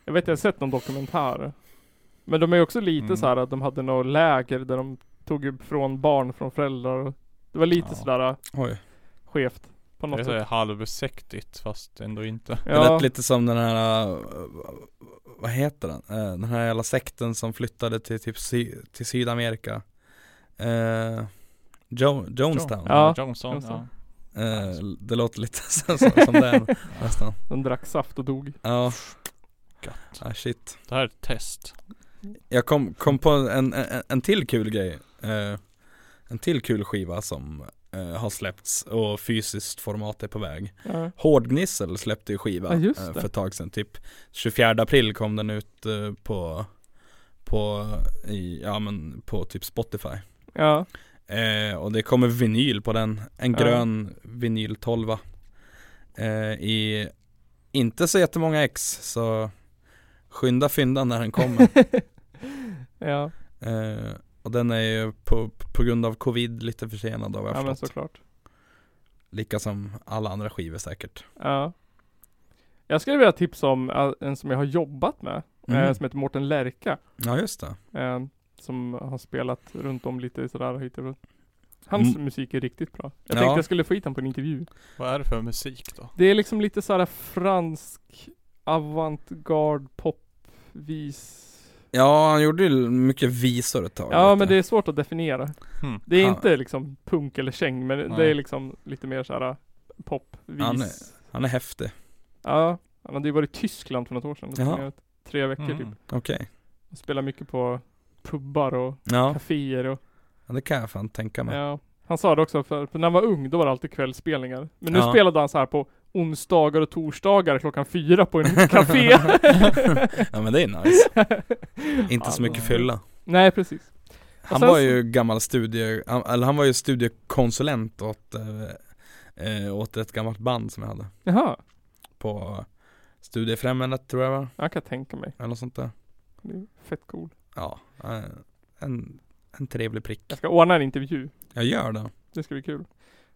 Jag vet, jag har sett någon dokumentär. Men de är ju också lite
Mm.
så här att de hade något läger där de tog upp från barn från föräldrar. och- Det var lite
Ja.
sådär äh,
Oj.
skevt. På
Det är
något typ.
så här
sätt.
halvsektigt fast ändå inte
Det
Ja,
lät lite som den här, eh, vad heter den? Eh, Den här jävla sekten som flyttade till typ sy- till Sydamerika. Eh, jo- Jonestown.
Ja.
Johnson,
Johnson.
Eh, det låter lite som, som den
ja.
nästan.
de drack saft och dog.
Ja,
Gött.
ah, shit.
Det här är ett test
Jag kom, kom på en, en, en till kul grej eh, En till kul skiva som eh, har släppts och fysiskt format är på väg
Ja.
Hårdgnissel släppte ju skiva
Ja, just
eh,
det.
för ett tag sedan, typ 24 april kom den ut eh, på, på, i, ja, men på typ Spotify
ja.
eh, Och det kommer vinyl på den, en
Ja.
grön vinyl 12 eh, I inte så jättemånga ex så skynda fynda när den kommer
ja.
Eh, och den är ju på, på grund av covid lite försenad av vad jag
ja men
förstått.
såklart.
Lika som alla andra skivor säkert.
Ja. Jag skulle vilja tipsa om äh, en som jag har jobbat med.
Mm.
eh, Som heter Mårten Lerka.
Ja just det.
eh, Som har spelat runt om lite sådär hit och Hans
Mm.
musik är riktigt bra. Jag
Ja.
tänkte jag skulle få hit honom på en intervju.
Vad är det för musik då?
Det är liksom lite såhär fransk avantgarde popvis.
Ja han gjorde ju mycket visor ett tag.
Ja
vet
men
du.
det är svårt att definiera.
Hmm.
Det är
Ja.
inte liksom punk eller käng men det
Nej.
är liksom lite mer såhär popvis.
Han är- Han är häftig.
Ja, han hade ju varit i Tyskland för något år sedan. och
Jaha.
turnerat Tre veckor
Mm.
typ.
Okej.
Och spelat mycket på pubbar och
Ja.
kaféer och
ja, det kan jag fan tänka mig.
ja. Han sa det också för, för när han var ung då var det alltid kvällsspelningar. Men nu
Ja.
spelade han så här på onsdagar och torsdagar klockan fyra på en café.
Ja men det är nice. Inte
Ja,
så mycket
men-
fylla.
Nej precis.
Han
Alltså. sen
var
så-
ju gammal studie, han- eller han var ju studiekonsulent åt, eh, eh, åt ett gammalt band som jag hade.
Jaha,
På Studiefrämjandet tror jag va?
jag kan tänka mig.
Eller något sånt där.
Det är fett cool.
Ja, eh, en, en trevlig prick.
Jag ska ordna en intervju.
Jag gör det.
Det ska bli kul.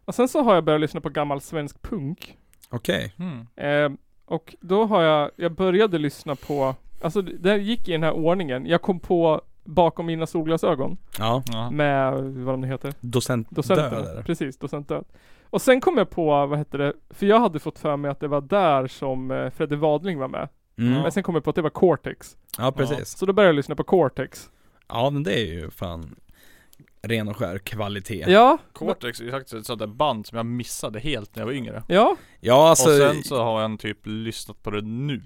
Och sen så har jag börjat lyssna på gammal svensk punk.
Okej.
Hmm.
Eh, och då har jag, jag började lyssna på, alltså det det här gick i den här ordningen. Jag kom på Bakom mina solglasögon
Ja.
Ja.
med, vad de nu heter,
Docent
docenten.
död eller?
Precis, docent död. Och sen kom jag på, vad hette det, för jag hade fått för mig att det var där som eh, Fredde Wadling var med.
Mm.
Men sen kom jag på att det var Cortex.
Ja precis.
Så då började jag lyssna på Cortex.
Ja men det är ju fan ren och skär kvalitet. Ja,
Ja,
Cortex är ju faktiskt ett sånt där band som jag missade helt när jag var yngre
ja,
alltså,
Och sen så har jag typ lyssnat på det nu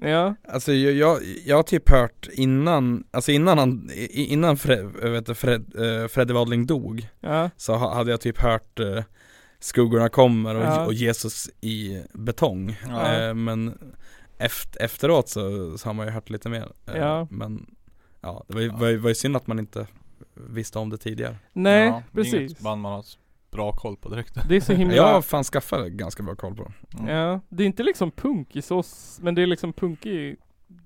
ja,
alltså jag, jag, jag har typ hört innan, alltså innan han, i- innan Fred, vet du, Fred, eh, Freddy Wadling dog
ja.
så ha- hade jag typ hört eh, Skuggorna kommer och,
Ja.
och Jesus i betong.
Ja.
Eh, men efter, efteråt så, så har man ju hört lite mer. Eh,
Ja.
Men ja, det var ju, var, ju- var ju synd att man inte visste om det tidigare.
Nej,
ja, det är
precis.
inget band man har s- bra koll på direkt Mm.
Det är så himla...
Jag har
Ja.
fan skaffat ganska bra koll på dem.
Det är inte liksom punk i så, s- men det är liksom punkig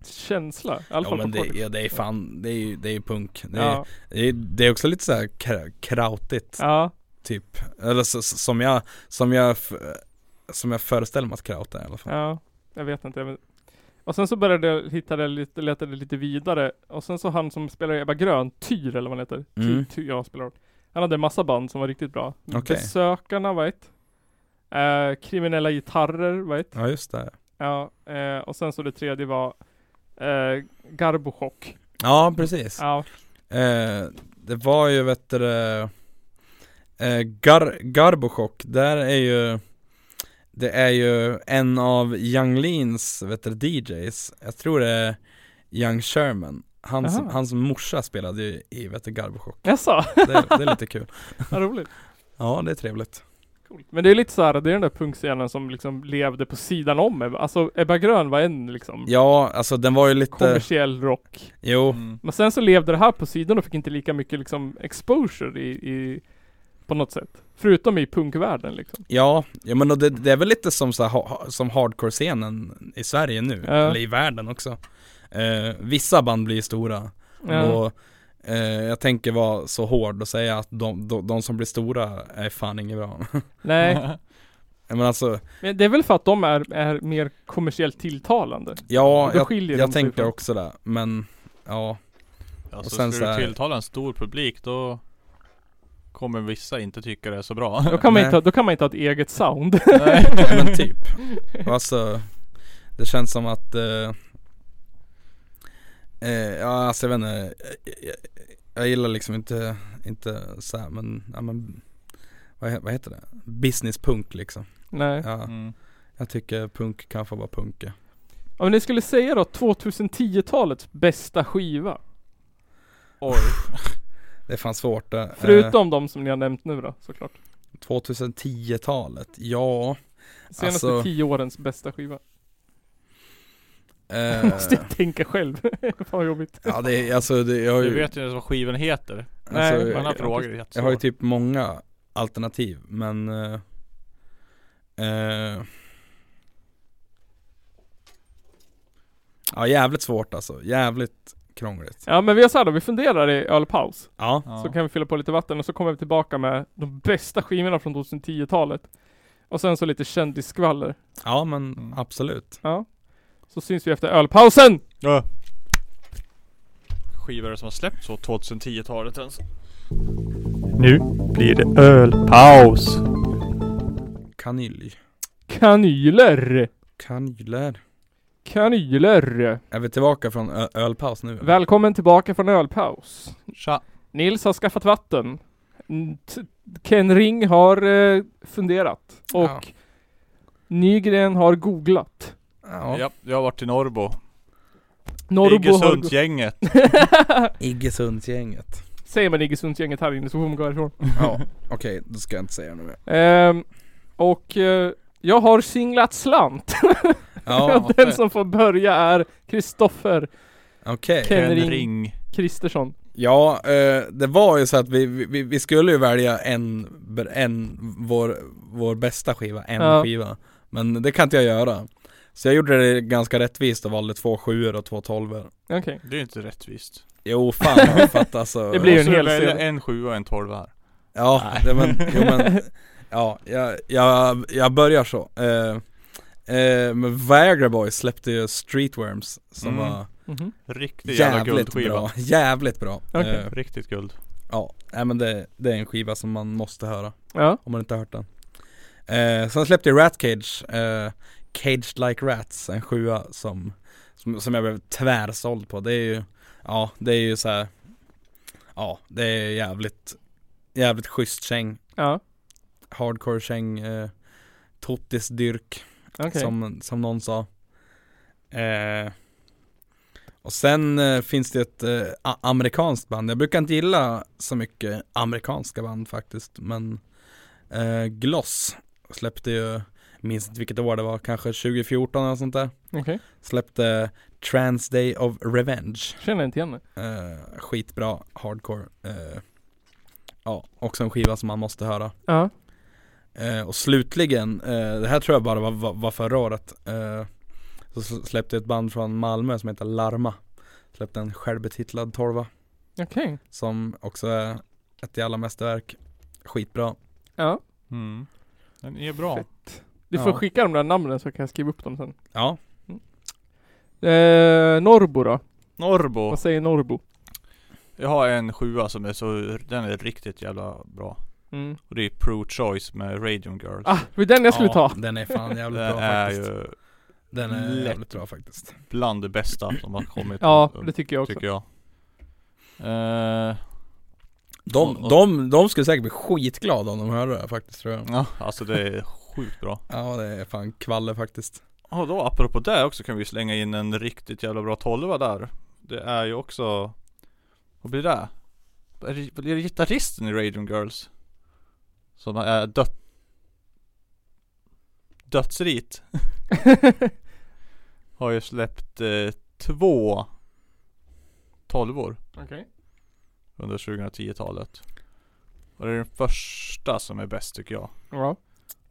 känsla. I alla
Ja
fall
men det,
på Cortex.
ja, det är fan, det är ju det är ju punk. Det är,
Ja,
det är, det är också lite såhär krautigt
ja,
typ. Eller så, så- som jag, som jag f- Som jag föreställer mig att kraut är i alla fall.
Ja, jag vet inte. jag vet- Och sen så började jag hitta det lite, letade lite vidare. Och sen så han som spelar i Ebba Grön, Tyr eller vad han heter.
Mm.
Tyr, tyr, ja, spelar hon. Han hade en massa band som var riktigt bra.
Okej.
Besökarna var ett. Eh, kriminella gitarrer var ett.
Ja just det.
Ja, eh, och sen så det tredje var eh, Garbochock.
Ja precis.
Ja,
Eh, det var ju vet du, det, eh, Gar- Garbochock, där är ju Det är ju en av Young Leans vet du, DJs Jag tror det är Young Sherman Hans,
Aha.
hans morsa spelade ju i vet du, Garbochock
jaså?
det, det är lite kul
Vad roligt.
Ja det är trevligt
Coolt. Men det är lite så här, det är den där punkscenen som liksom levde på sidan om Ebba. Alltså Ebba Grön var en liksom
Ja alltså den var ju lite
kommersiell rock.
Jo
Mm.
Men sen så levde det här på sidan och fick inte lika mycket liksom exposure i, i på något sätt. Förutom i punkvärlden liksom.
Ja, ja men och det, det är väl lite som, så här, ha- ha- som hardcore-scenen i Sverige nu,
Ja.
eller i världen också. Eh, vissa band blir stora
Ja.
och eh, jag tänker vara så hård och säga att de, de, de som blir stora är fan inget bra.
Nej,
men alltså,
men det är väl för att de är, är mer kommersiellt tilltalande.
ja,
Då
jag,
skiljer
jag
de sig
tänker
från-
också det, men ja,
Alltså,
Och sen
skulle
så här-
du tilltala en stor publik då kommer vissa inte tycka det är så bra.
Då kan, man
Nej.
inte, ha- då kan man inte ha ett eget sound.
Nej.
men typ. Alltså, det känns som att eh, eh, Ja alltså jag vet inte Jag, jag, jag gillar liksom inte, inte så här, men, ja, men vad, he- vad heter det? Businesspunk liksom
Nej.
ja,
Mm.
Jag tycker punk kan få vara punk ja.
Om ni skulle säga då 2010-talets bästa skiva.
Oj.
Det är fan svårt det eh,
Förutom de som ni har nämnt nu då såklart.
2010-talet, ja
Senaste
Alltså-
tio årens bästa skiva.
eh,
Måste jag tänka själv. Fan vad jobbigt.
Ja det är, alltså det, jag har
Du
ju,
vet ju inte vad skivan heter.
alltså,
Nej,
jag,
Alla
jag-
frågor är
jag har ju
jättesvåra.
typ många alternativ men eh, eh, Ja jävligt svårt alltså, jävligt krångligt
Ja men vi gör så här då, vi funderar i ölpaus.
Ja,
Ja.
Så kan vi fylla på lite vatten och så kommer vi tillbaka med de bästa skivorna från 2010-talet. Och sen så lite kändisskvaller.
ja men
Mm.
absolut
Ja. Så syns vi efter ölpausen!
Ja. Skivor som har släppts så 2010-talet ens. Nu blir det ölpaus.
Kanylj,
Kanyler!
kanyler
Kanyler!
Är vi tillbaka från ö- ölpaus nu?
Välkommen tillbaka från ölpaus.
Tja.
Nils har skaffat vatten. Mm, t- Ken Ring har eh, funderat. Och
Ja.
Nygren har googlat.
Ja,
Ja. jag har varit i Norrbo.
Norrbo har... go-
Iggesundsgänget.
Iggesundsgänget
Säger man Iggesundsgänget här inne så får man gå härifrån.
Ja, okej då ska jag inte säga något mer
Ehm, och eh, jag har singlat slant.
Ja,
Den som får börja är Kristoffer
okej
Ken
Ken
Ring.
Ring.
Kristersson.
Ja, eh, det var ju så att vi, vi, vi skulle ju välja en, en vår, vår bästa skiva, en
Ja.
skiva Men det kan inte jag göra Så jag gjorde det ganska rättvist och valde två sjuor och två tolvor
Okej.
Det är ju inte rättvist.
Jo fan, för att alltså
Det blir ju en
Måste du
hel
välja
serie.
en sjua och en tolva här.
Ja, det, men, jo, men Ja, jag, jag, jag börjar så eh, eh, Men Viagra Boys släppte ju Streetworms som
Mm.
var
Mhm.
Riktig jävla
jävligt
guldskiva.
bra, jävligt bra
Okej.
eh,
Riktigt guld.
Ja, nej, men det, det är en skiva som man måste höra
Ja.
Om man inte har hört den eh, Sen släppte jag Rat Cage eh, Caged Like Rats, en sjua som, som, som jag blev tvärsåld på Det är ju, ja det är ju så här. Ja, det är jävligt Jävligt schysst käng
Ja.
Hardcore käng eh, Tottis dyrk
Okej.
som, som någon sa eh, Och sen eh, finns det ett eh, a- amerikanskt band Jag brukar inte gilla så mycket amerikanska band faktiskt Men eh, Gloss släppte ju Minns inte vilket år det var, kanske 2014 eller sånt där
Okej.
Släppte Trans Day of Revenge
Känner inte igen det.
eh, Skitbra hardcore eh, Ja, också en skiva som man måste höra
Ja.
Eh, och slutligen, eh, det här tror jag bara var, var, var förra året eh, Så sl- släppte ett band från Malmö som heter Larma Släppte en självbetitlad torva
Okej.
Som också är ett jävla mästerverk Skitbra
Ja.
Mm. Den är bra.
Fett. Du
Ja.
får skicka de där namnen så kan jag skriva upp dem sen.
Ja,
Eh, Norrbo då?
Norrbo.
Vad säger Norrbo?
Jag har en sjua som är så, den är riktigt jävla bra.
Mm.
Och det är Pro-Choice med Radium Girls.
Ah, det var den jag skulle
ja,
ta.
den är fan jävligt
det
bra
är
faktiskt
ju
Den är
lätt.
jävligt bra faktiskt
bland det bästa som har kommit.
Ja,
eh,
det tycker jag också.
tycker jag. Eh,
De,
Och- och-
de, de skulle säkert bli skitglada om de hörde det här faktiskt tror jag
ja, alltså det är sjukt bra.
Ja det är fan kvalle faktiskt
Ja då, apropå det också kan vi slänga in en riktigt jävla bra tolva där. Det är ju också, vad blir det? Är det, blir det gitarristen i Radium Girls? Som är död... Dödsrit. Har ju släppt eh, två tolvor
Okej.
under 2010-talet. Och det är den första som är bäst tycker jag.
Ja.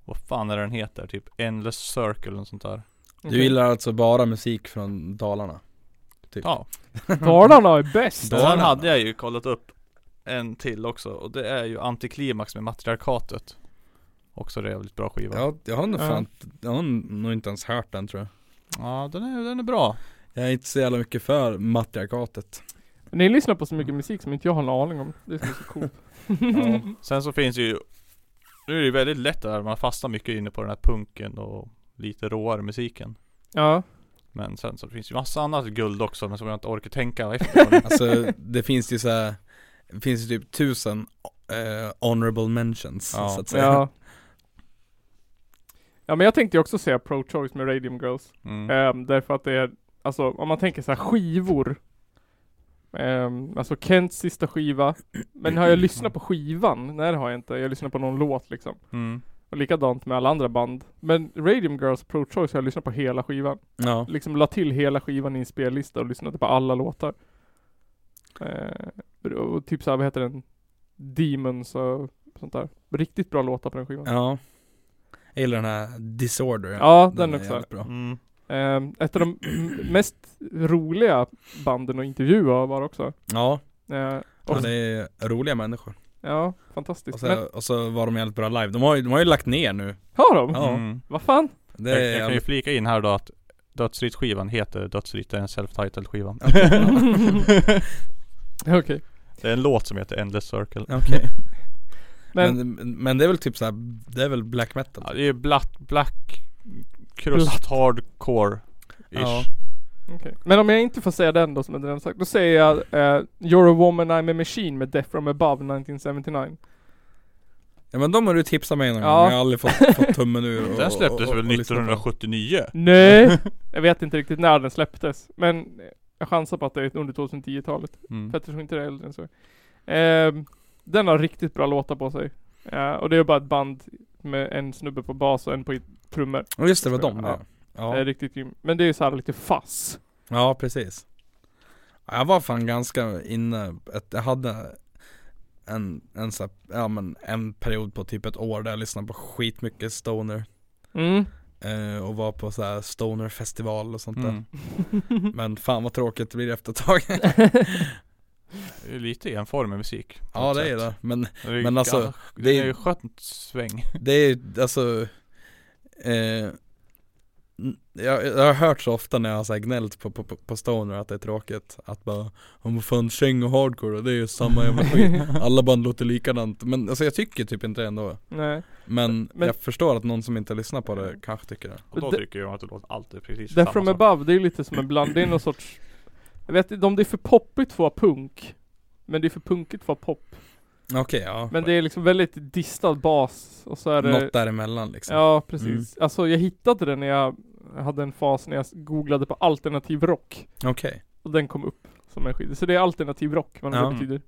Vad fan är den heter? Typ Endless Circle och sånt där.
Du gillar alltså bara musik från Dalarna?
Ja.
Dalarna är bäst.
Då-
Sen
Dalarna.
hade jag ju kollat upp en till också och det är ju Antiklimax med Matriarkatet. Också en jävligt bra skiva. Ja,
Ja, jag har nog
Ja.
fan, jag har nog inte ens hört den tror jag
den, är, den är bra.
Jag är inte så jävla mycket för matriarkatet
Ni lyssnar på så mycket musik som inte jag har en aning om. Det ska bli så coolt.
Sen så finns ju Nu är det ju väldigt lätt där, man fastnar mycket inne på den här punken och lite råare musiken.
ja.
Men sen så finns ju massa annat guld också men som jag inte orkar tänka efter.
Alltså det finns ju så här, det finns ju typ tusen eh, honorable mentions
Ja.
så att säga
ja. Ja men jag tänkte ju också säga Pro Choice med Radium Girls.
Mm.
Ehm, därför att det är, alltså om man tänker så här skivor. Ehm, alltså Kents sista skiva. Men har jag lyssnat på skivan? Nej det har jag inte. Jag lyssnar på någon låt liksom.
Mm.
Och likadant med alla andra band. Men Radium Girls Pro Choice har jag lyssnat på hela skivan.
Ja,
Liksom la till hela skivan i en spellista och lyssnade på alla låtar. Ehm, och typ såhär, vad heter den? Demons och sånt där. Riktigt bra låtar på den skivan. Ja,
ja Jag gillar den här Disorder
den, också.
jävligt bra
Mm.
Eh, ett av de mest roliga banden att intervjua var också.
Ja,
Eh,
ja,
och,
det är roliga människor
ja,
och
fantastiskt.
så,
Men,
och så var de jävligt bra live, de har ju, de har ju lagt ner nu
har de?
Ja.
Mm.
Vad fan?
Det
Jag,
är
jag kan ju
jävligt-
flika in här då att Dödsrit-skivan heter Dödsrit, det är en self-titled skiva.
Okej.
det är en låt som heter Endless Circle.
Okej,
Men,
men, men det är väl typ såhär, det är väl black metal?
Ja, det är black, black krust hardcore
Ja.
ish.
okej. men om jag inte får säga den då som jag redan sagt. Då säger jag eh, You're a woman I'm a machine med Death from above 1979.
Ja men de har du tipsat mig någon
Ja.
gång, jag har aldrig fått, fått tummen ur och,
Den
och-
släpptes
och- liksom
väl
och lyssnat på den.
1979?
Nej! jag vet inte riktigt när den släpptes. Men jag chansar på att det är under 2010-talet.
Mm.
För att jag tror inte det är äldre än så. Ehm, den har riktigt bra låtar på sig. Eh, och det är bara ett band med en snubbe på bas och en på i- trummor.
Ja just det, det var de
Ja.
ja.
Det är
Ja.
riktigt grym. Men det är så här lite fass.
ja, precis Ja, Jag var fan ganska inne, att jag hade en, en så här, ja men en period på typ ett år där jag lyssnade på skitmycket stoner
Mm.
eh, Och var på så här stonerfestival och sånt där
Mm.
Men fan vad tråkigt det blir efter ett tag
Det är Lite enformig musik. på
Ja
ett
det är
sätt.
det, men
det är
Men alltså,
ganska-
det
Det
är-
är ju skönt sväng.
Det är alltså eh, n- jag, jag har hört så ofta när jag har så här gnällt på, på, på- på Stoner att det är tråkigt Att bara Om vad fan käng och hardcore det är ju samma jävla skit Alla band låter likadant Men alltså jag tycker typ inte det ändå
Nej.
Men,
Men- Mm.
jag förstår att någon som inte lyssnar på det kanske tycker det
Och då
Det-
tycker jag att det låter alltid precis
Death from
samma sak.
above, det är lite som en bland, det är någon sorts Jag vet inte om det är för poppigt för att vara punk. Men det är för punkigt för att vara pop.
Okej ja,
Men det är liksom väldigt distad bas och så är det
något däremellan liksom
Ja precis.
Mm.
Alltså jag hittade den när jag hade en fas när jag googlade på alternativ rock.
Okej,
Och den kom upp som en skiva. Så det är alternativ rock, vad det
Ja.
betyder.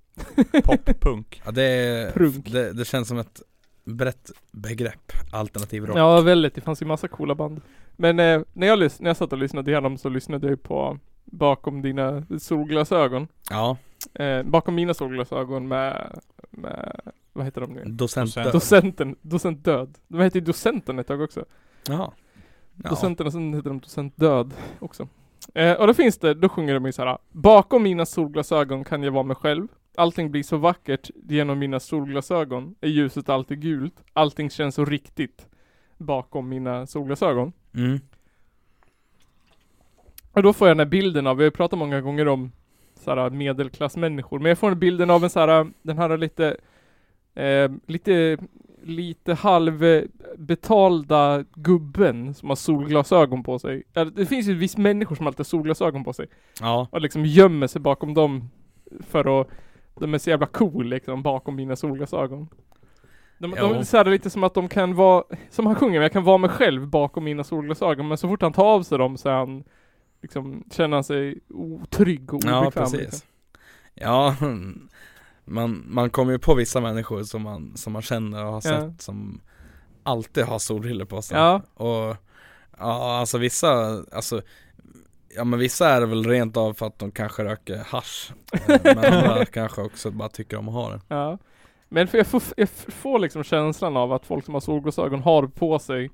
Pop-punk.
ja, det, är-
Prunk.
det, det känns som ett brett begrepp, alternativ rock
Ja, väldigt. Det fanns ju massa coola band. Men eh, när, jag lys- när jag satt och lyssnade igenom så lyssnade jag ju på Bakom dina solglasögon.
Ja,
Eh, bakom mina solglasögon med, med vad heter de nu?
docent Docent
Docent.
Docenten, Docent Död. De hette ju Docenten ett tag också.
Jaha ja.
Docenten och sen heter de Docent Död också. Eh, och då finns det, då sjunger de ju såhär Bakom mina solglasögon kan jag vara mig själv Allting blir så vackert genom mina solglasögon Är ljuset alltid gult Allting känns så riktigt bakom mina solglasögon.
Mm.
Och då får jag den här bilden av, vi har ju pratat många gånger om såhär medelklassmänniskor, men jag får den bilden av en såhär, den här lite, eh, lite, lite halvbetalda gubben som har solglasögon på sig. Eller, Det finns ju viss människor som alltid har solglasögon på sig
Ja,
och liksom gömmer sig bakom dem för att de är så jävla cool liksom bakom mina solglasögon. De, de
Jo.
är så här lite som att de kan vara, som han sjunger, men jag kan vara mig själv bakom mina solglasögon men så fort han tar av sig dem så är han liksom, känner han sig otrygg och obekväm.
ja precis.
Liksom.
Ja, man, man kommer ju på vissa människor som man, som man känner och har
Ja.
sett som alltid har solbrillor på sig.
Ja.
Och ja, alltså vissa, alltså Ja men vissa är det väl rent av för att de kanske röker hasch Eh, Men andra kanske också bara tycker om att ha det
Ja. Men för jag, får, jag får liksom känslan av att folk som har solglasögon har på sig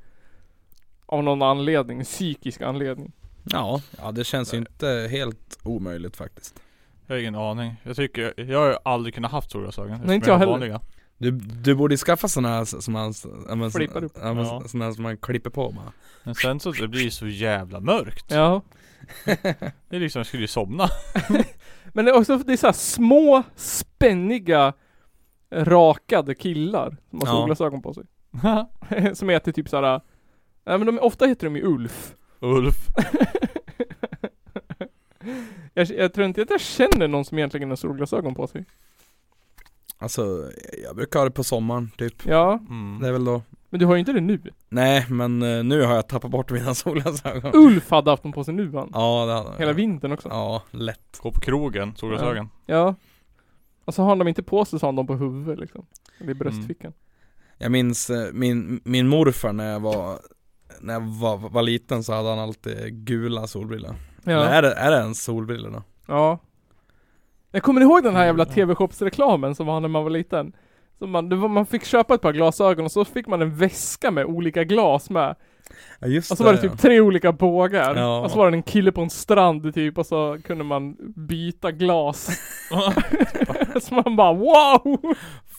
av någon anledning, psykisk anledning.
Ja, ja det känns ju inte helt omöjligt faktiskt
Jag har ingen aning. Jag tycker, jag har ju aldrig kunnat haft solglasögon. eftersom
inte jag
har
heller.
vanliga.
Du, du borde ju skaffa sådana här som man, ja, men,
Flippar upp.
ja, men,
Ja.
såna här som man klipper på bara
Men sen så det blir ju så jävla mörkt.
Ja.
Det är liksom, jag skulle ju somna.
Men det är också det är så här små, spänniga, rakade killar som har
Ja.
solglasögon på sig. som heter typ såhär, nej men de, ofta heter de ju Ulf.
Ulf.
jag, jag tror inte att jag känner någon som egentligen har solglasögon på sig.
Alltså jag brukar ha det på sommaren typ
Ja,
Det
Mm.
är väl då
men du har ju inte det nu.
Nej men eh, nu har jag tappat bort mina solglasögon
Ulf hade haft dem på sig nu han.
Ja det hade jag.
Uh. Hela vintern också.
Ja, lätt
Gå på krogen, solglasögon.
Ja. Och så har han dem inte på sig så har han dem på huvudet liksom. Eller i bröstfickan.
Jag minns eh, min, min morfar när jag var när jag var, var liten så hade han alltid gula solbrillor.
Ja.
Eller är det, är det ens solbrillor då?
Ja. Jag kommer ihåg den här jävla
Ja.
TV-shopsreklamen som var när man var liten. Så man, det var, man fick köpa ett par glasögon och så fick man en väska med olika glas med.
Ja just
Och så var det typ tre olika bågar.
Ja.
Och så var det en kille på en strand typ och så kunde man byta glas. så man bara wow!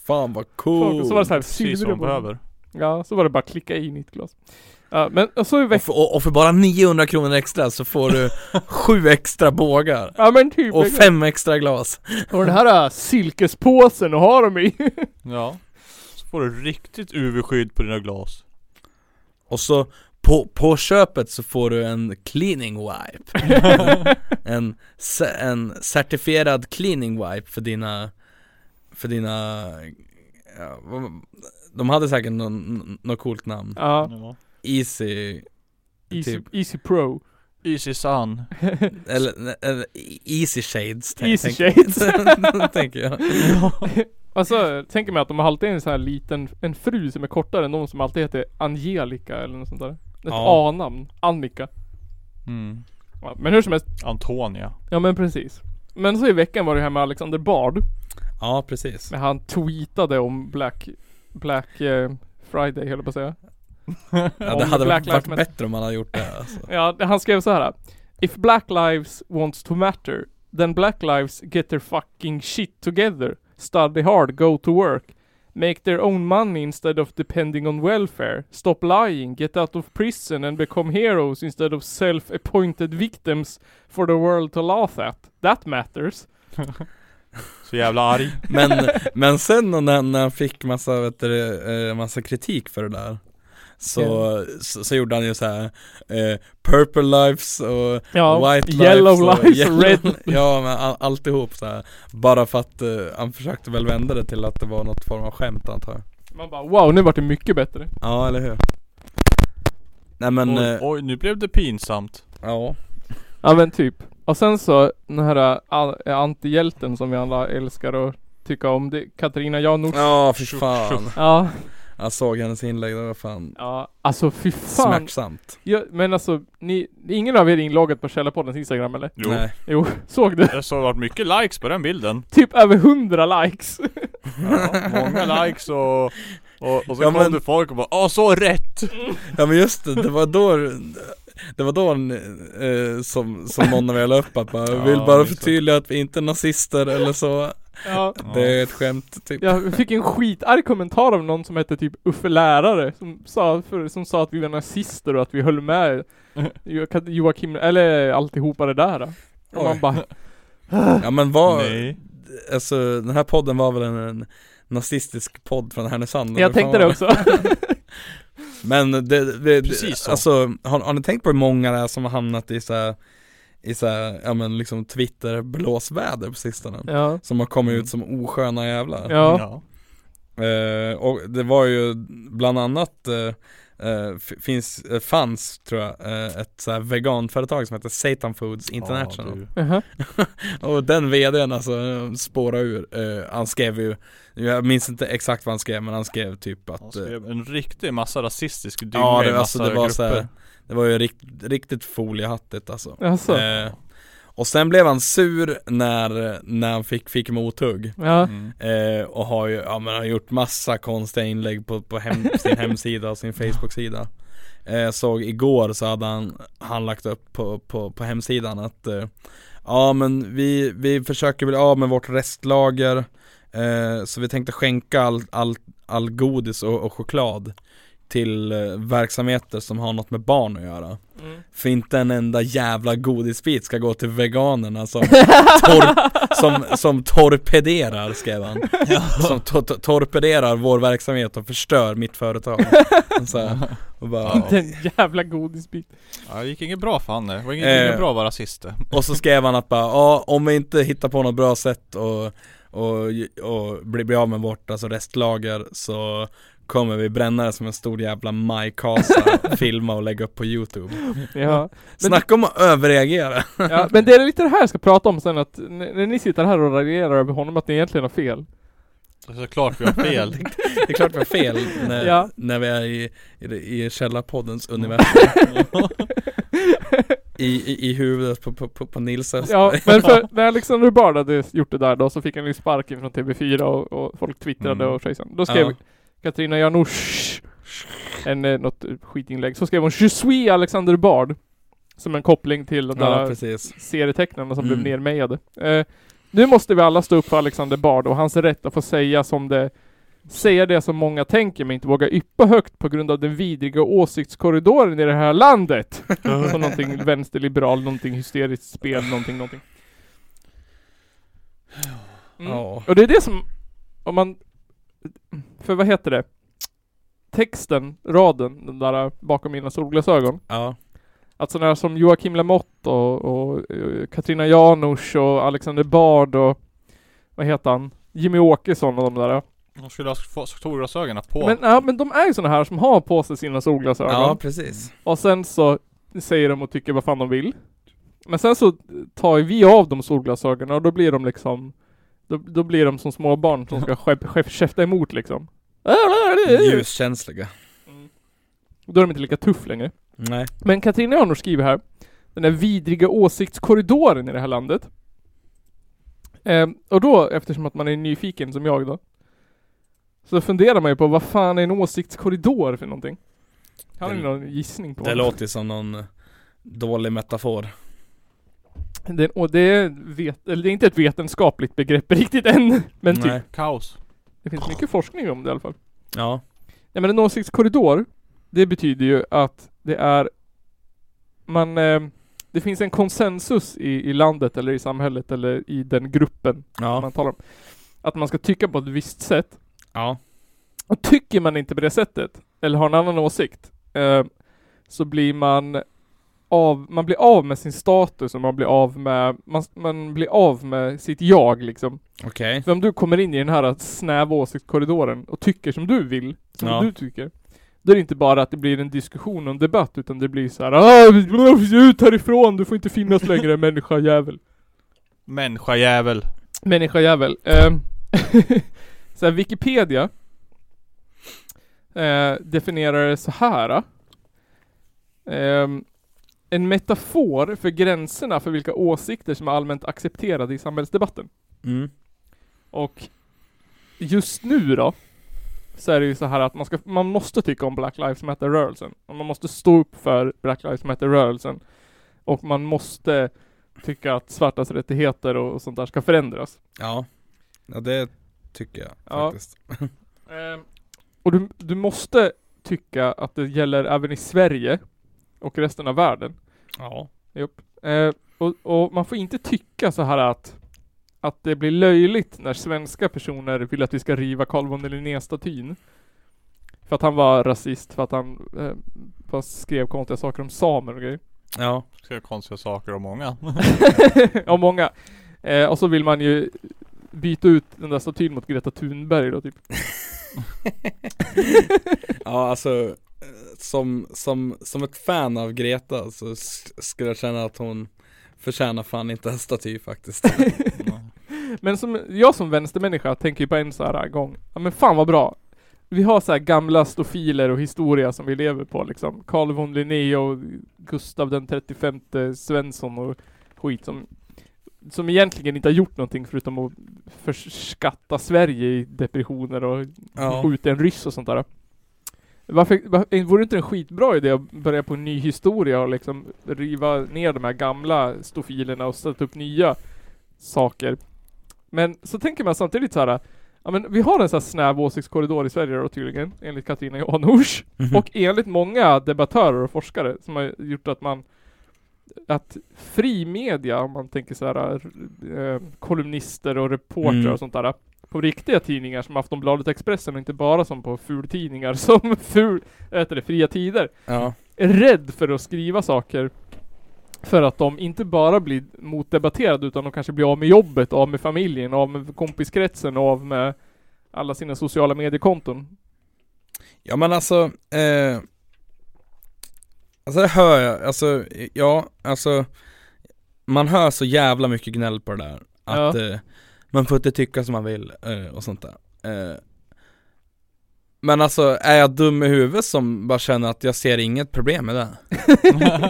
Fan vad
Och så var
cool!
det så här
Precis vad
sidor
de
på-
behöver.
Ja, så var det bara att klicka i nytt glas. Ja, men och så är
Och
väck-
för, och, och för bara 900 kronor extra så får du sju extra bågar
Ja men typ.
och fem extra glas.
och den här äh, silkespåsen att ha dem i.
Ja. Så får du riktigt UV-skydd på dina glas.
Och så på, på köpet så får du en cleaning wipe. en, ce- en certifierad cleaning wipe för dina, för dina, ja, vad- de hade säkert någon- något coolt namn.
ja,
Ja.
Easy,
Easy,
Typ.
easy Pro.
Easy sun.
eller, eller easy shades. tän-
Easy
tänk- tänker jag.
Alltså, tänker mig att de har alltid en sån här liten, en fru som är kortare än de som alltid heter Angelica eller något sånt där. Ett
Ja.
A-namn. Annika.
Mm.
Ja, men hur som helst.
Antonia.
Ja men precis. Men så i veckan var det här med Alexander Bard.
Ja, precis.
När han tweetade om Black, Black eh, Friday höll jag på att säga.
Ja,
Om
det hade varit
Black Lives
varit
Matter.
bättre om man hade gjort det. Alltså.
Ja, det- han skrev så här. If black lives wants to matter, then black lives get their fucking shit together. Study hard, go to work. Make their own money instead of depending on welfare. Stop lying, get out of prison and become heroes instead of self-appointed victims for the world to laugh at. That matters.
Så jävla arg.
Men, men sen när, när han fick massa, vet du, eh, massa kritik för det där så, så, så gjorde han ju så här eh, Purple lives och
Ja,
white lives
yellow
och
lives,
yellow-
red.
Ja men all, alltihop så här. Bara för att eh, han försökte väl vända det till att det var något form av skämt antar jag
Man bara wow, nu vart det mycket bättre.
Ja eller hur Nej men,
oj,
eh,
oj, nu blev det pinsamt.
ja
Ja men typ. Och sen så den här a- antihjälten som vi alla älskar och tycka om. Det är Katarina Janouch.
Ja för fan
Ja.
Jag såg hennes inlägg, det var fan
Ja, alltså fy fan.
smärtsamt
Ja, men alltså, ni, ingen av er är inloggat på Källarpoddens Instagram eller?
Jo.
Nej.
Jo, såg du?
Det har varit mycket likes på den bilden.
Typ över hundra likes.
Ja, många likes och, och, och så
Ja,
kom
men-
det folk och bara 'Ah så rätt!'
Ja men just det, det var då Det var då en, eh, som, som någon av er la upp att bara,
Ja,
vill bara
minns det.
förtydliga att vi inte är nazister eller så
Ja.
Det är ett skämt typ
Jag fick en skitarg kommentar av någon som hette typ Uffe Lärare, som sa, för, som sa att vi var nazister och att vi höll med Jo- Kat- Joakim, eller alltihopa det där. Och
Oj.
man bara,
Ja men vad,
Nej.
alltså den här podden var väl en, en nazistisk podd från Härnösand eller
jag
vad fan
tänkte
var
det också.
Men det, det, det
Precis så.
alltså har, har ni tänkt på hur många det är som har hamnat i så här, i så här, ja men liksom Twitter-blåsväder på sistone?
ja.
Som har kommit
Mm.
ut som osköna jävlar
Ja.
Eh, och det var ju bland annat eh, eh, f- finns, eh, fanns tror jag, eh, ett så här veganföretag som heter Satan Foods
Ja,
International
du.
Jaha.
Och den vdn alltså, eh, spårade ur, eh, han skrev ju, jag minns inte exakt vad han skrev men han skrev typ
Han
att eh,
skrev en riktig massa rasistisk dynga
Ja
i
det,
massa
alltså, det var
grupper.
så här, det var ju rikt, riktigt foliehattigt alltså
Alltså.
eh, Och sen blev han sur när, när han fick, fick mothugg
Ja.
Mm.
Eh, och har ju, ja men har gjort massa konstiga inlägg på, på hem, sin hemsida och sin Facebook-sida eh, Såg igår så hade han, han lagt upp på, på, på hemsidan att eh, Ja men vi, vi försöker bli av med vårt restlager eh, Så vi tänkte skänka all, all, all godis och, och choklad Till eh, verksamheter som har något med barn att göra
Mm.
för inte en enda jävla godisbit ska gå till veganerna som, tor- som, som torpederar skrev han Som to- to- torpederar vår verksamhet och förstör mitt företag så här, och, bara,
Inte en jävla godisbit.
Ja, det gick inget bra för han det. Det var inget,
Eh.
inget bra att vara rasist det.
och så skrev han att bara, ja om vi inte hittar på något bra sätt och, och, och blir bli av med vårt alltså restlager så kommer vi bränna det som en stor jävla majkasa, filma och lägga upp på youtube
Ja.
Snacka om att överreagera!
ja. Men det är lite det här jag ska prata om sen att, n- när ni sitter här och raljerar över honom, att ni egentligen har fel.
Så Såklart vi har fel.
Det är klart vi har fel när,
Ja. Mm.
när vi är i, i, det- i källarpoddens universum I, i, I huvudet på, på, på, på Nils
Ja,
Östberg
men för när Alexander Bard hade gjort det där då så fick han ju sparken från TV4 och, och folk twittrade
Mm.
och tjejsan. Då skrev
Ja.
Katarina Janouch en, eh, något skitinlägg. Så skrev hon 'Je suis Alexander Bard' Som en koppling till de
Ja,
där
precis
serietecknarna som
Mm.
blev nermejade. Eh, nu måste vi alla stå upp för Alexander Bard och hans rätt att få säga som det Säga det som många tänker men inte vågar yppa högt på grund av den vidriga åsiktskorridoren i det här landet. som någonting vänsterliberal, någonting hysteriskt spel, någonting, någonting. Mm.
Ja,
Och det är det som, om man, för vad heter det? Texten, raden, den där bakom mina solglasögon.
ja,
Att sådana här Alltså som Joakim Lamotte och, och, eh, Katarina Janouch och Alexander Bard och vad heter han? Jimmy Åkesson och de där.
De skulle ha fått solglasögonen på.
Men, ja, men de är ju sådana här som har på sig sina solglasögon.
ja precis
Och sen så säger de och tycker vad fan de vill. Men sen så tar ju vi av dem solglasögonen och då blir de liksom Då, då blir de som små barn som ska skäp- skäp- käfta emot liksom. Mm.
Ljuskänsliga
Då är de inte lika tuff längre.
Nej,
Men Katarina Janouch skriver här Den där vidriga åsiktskorridoren i det här landet Ehm, Och då, eftersom att man är nyfiken som jag då Så funderar man ju på vad fan är en åsiktskorridor för någonting? Har ni
Det-
någon gissning på?
det låter ju som någon dålig metafor
det, och det, vet, eller det är inte ett vetenskapligt begrepp riktigt än Men
Nej.
typ,
Kaos.
det finns mycket forskning om det i alla fall
Ja,
Nej men en åsiktskorridor, det betyder ju att det är man, eh, det finns en konsensus i, i landet eller i samhället eller i den gruppen
ja,
man talar om. Att man ska tycka på ett visst sätt.
ja,
Och tycker man inte på det sättet, eller har en annan åsikt, eh, så blir man av, man blir av med sin status och man blir av med, man, man blir av med sitt jag liksom.
okej
För om du kommer in i den här snäva åsiktskorridoren och tycker som du vill, som
Ja.
du tycker. Då är det inte bara att det blir en diskussion och en debatt utan det blir så här "Ah, ut härifrån, du får inte finnas längre människa jävel.
Människa jävel.
Människa jävel. Ehm, så här, Wikipedia eh, definierar det så här. eh. Ehm, en metafor för gränserna för vilka åsikter som är allmänt accepterade i samhällsdebatten.
mm.
Och just nu då så är det ju så här att man, ska, man måste tycka om Black Lives Matter-rörelsen. Och Man måste stå upp för Black Lives Matter-rörelsen. Och man måste tycka att svartas rättigheter och, och sånt där ska förändras.
Ja, ja det tycker jag
Ja.
faktiskt.
Ehm, och du, du måste tycka att det gäller även i Sverige och resten av världen.
Ja.
Ehm, och, och man får inte tycka så här att att det blir löjligt när svenska personer vill att vi ska riva Carl von Linné-statyn. För att han var rasist, för att han eh, bara skrev konstiga saker om samer och grejer.
Ja,
Ska jag konstiga saker om många.
och många. Eh, och så vill man ju byta ut den där statyn mot Greta Thunberg då typ.
ja alltså eh, som, som, som ett fan av Greta så s- skulle jag känna att hon förtjänar fan inte en staty faktiskt.
Mm.
Men som, jag som vänstermänniska tänker ju på en så här gång, ja men fan vad bra. Vi har så här gamla stofiler och historia som vi lever på liksom. Carl von Linné och Gustav den 35 Svensson och skit som, som egentligen inte har gjort någonting förutom att förskatta Sverige i depressioner och
Ja,
skjuta en ryss och sånt där. Varför, var, eh, vore det inte en skitbra idé att börja på en ny historia och liksom riva ner de här gamla stofilerna och sätta upp nya saker? Men så tänker man samtidigt så här. Ja men vi har en sån här snäv åsiktskorridor i Sverige då tydligen, enligt Katarina Johanouch.
Mhm. Mm-hmm.
Och enligt många debattörer och forskare som har gjort att man att fri media, om man tänker så här eh, kolumnister och reportrar
Mm.
och sånt där på riktiga tidningar som Aftonbladet och Expressen och inte bara som på fultidningar som ful, äter det, Fria Tider
ja,
är rädd för att skriva saker för att de inte bara blir motdebatterade utan de kanske blir av med jobbet, av med familjen, av med kompiskretsen och av med alla sina sociala mediekonton.
ja men alltså, eh, alltså det hör jag, alltså ja, alltså man hör så jävla mycket gnäll på det där. Att eh, man får inte tycka som man vill eh, och sånt där. Eh, men alltså, är jag dum i huvudet som bara känner att jag ser inget problem med det?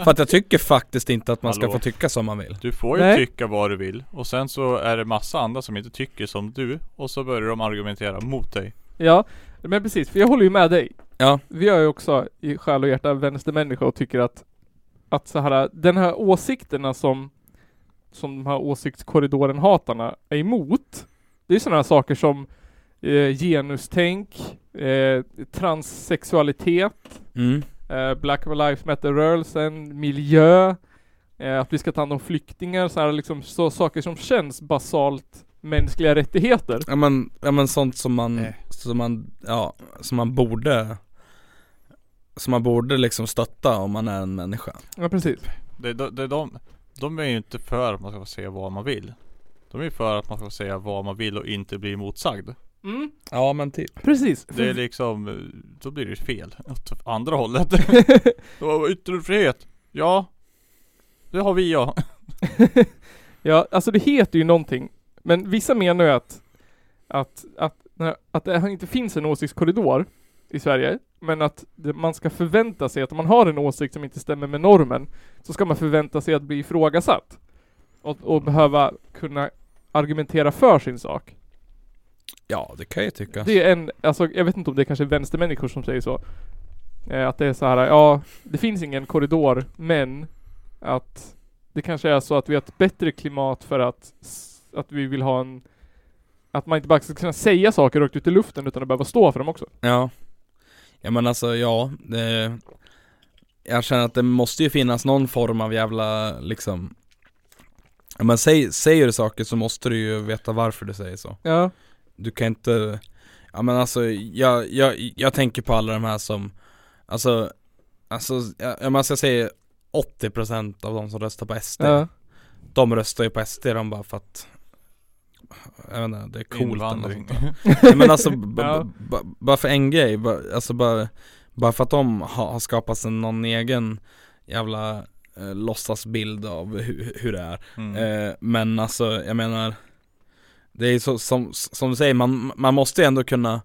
För att jag tycker faktiskt inte att man ska
Hallå.
få tycka som man vill.
Du får ju
Nej.
tycka vad du vill och sen så är det massa andra som inte tycker som du och så börjar de argumentera mot dig.
Ja, men precis, för jag håller ju med dig.
Ja.
Vi är ju också i själ och hjärta vänstermänniskor och tycker att, att så här, den här åsikterna som, som de här åsiktskorridoren-hatarna är emot, det är sådana här saker som eh, genustänk, eh, transsexualitet,
Mm.
eh, Black Lives Matter-rörelsen, miljö, eh, att vi ska ta hand om flyktingar, så här liksom så, saker som känns basalt mänskliga rättigheter.
Ja men, ja men sånt som man,
Eh.
som man, ja, som man borde Som man borde liksom stötta om man är en människa
Ja precis.
Det, det, det, de, de är ju inte för att man ska få säga vad man vill. De är ju för att man ska få säga vad man vill och inte bli motsagd.
Mm,
Ja men typ
precis.
Det är liksom, eh, då blir det ju fel. Åt andra hållet. Då var Yttrandefrihet. Ja. Det har vi ja.
Ja, alltså det heter ju någonting. Men vissa menar ju att, att, att, när- att det här inte finns en åsiktskorridor i Sverige. Men att det, man ska förvänta sig att om man har en åsikt som inte stämmer med normen så ska man förvänta sig att bli ifrågasatt. Och, och behöva kunna argumentera för sin sak.
Ja det kan jag ju tycka
Det är en, alltså jag vet inte om det är kanske vänstermänniskor som säger så. Eh, att det är så här, ja, det finns ingen korridor, men att det kanske är så att vi har ett bättre klimat för att, s- att vi vill ha en att man inte bara ska kunna säga saker rakt ut i luften utan att behöva stå för dem också.
Ja Ja men alltså ja, det, Jag känner att det måste ju finnas någon form av jävla liksom Ja men säg, säger du saker så måste du ju veta varför du säger så
Ja.
Du kan inte Ja men alltså jag, jag, jag tänker på alla de här som Alltså Alltså jag, jag måste säga 80% av de som röstar på SD
ja.
De röstar ju på SD de bara för att Jag vet inte, det är coolt eller något
Invandring.
sånt där. Nej, Men alltså b-
Ja.
b- b- bara för en grej, bara, alltså bara Bara för att de har, har skapat sig någon egen jävla eh, låtsasbild av hu, hur det är
Mm.
Eh, men alltså, jag menar Det är ju så, som, som du säger, man, man måste ju ändå kunna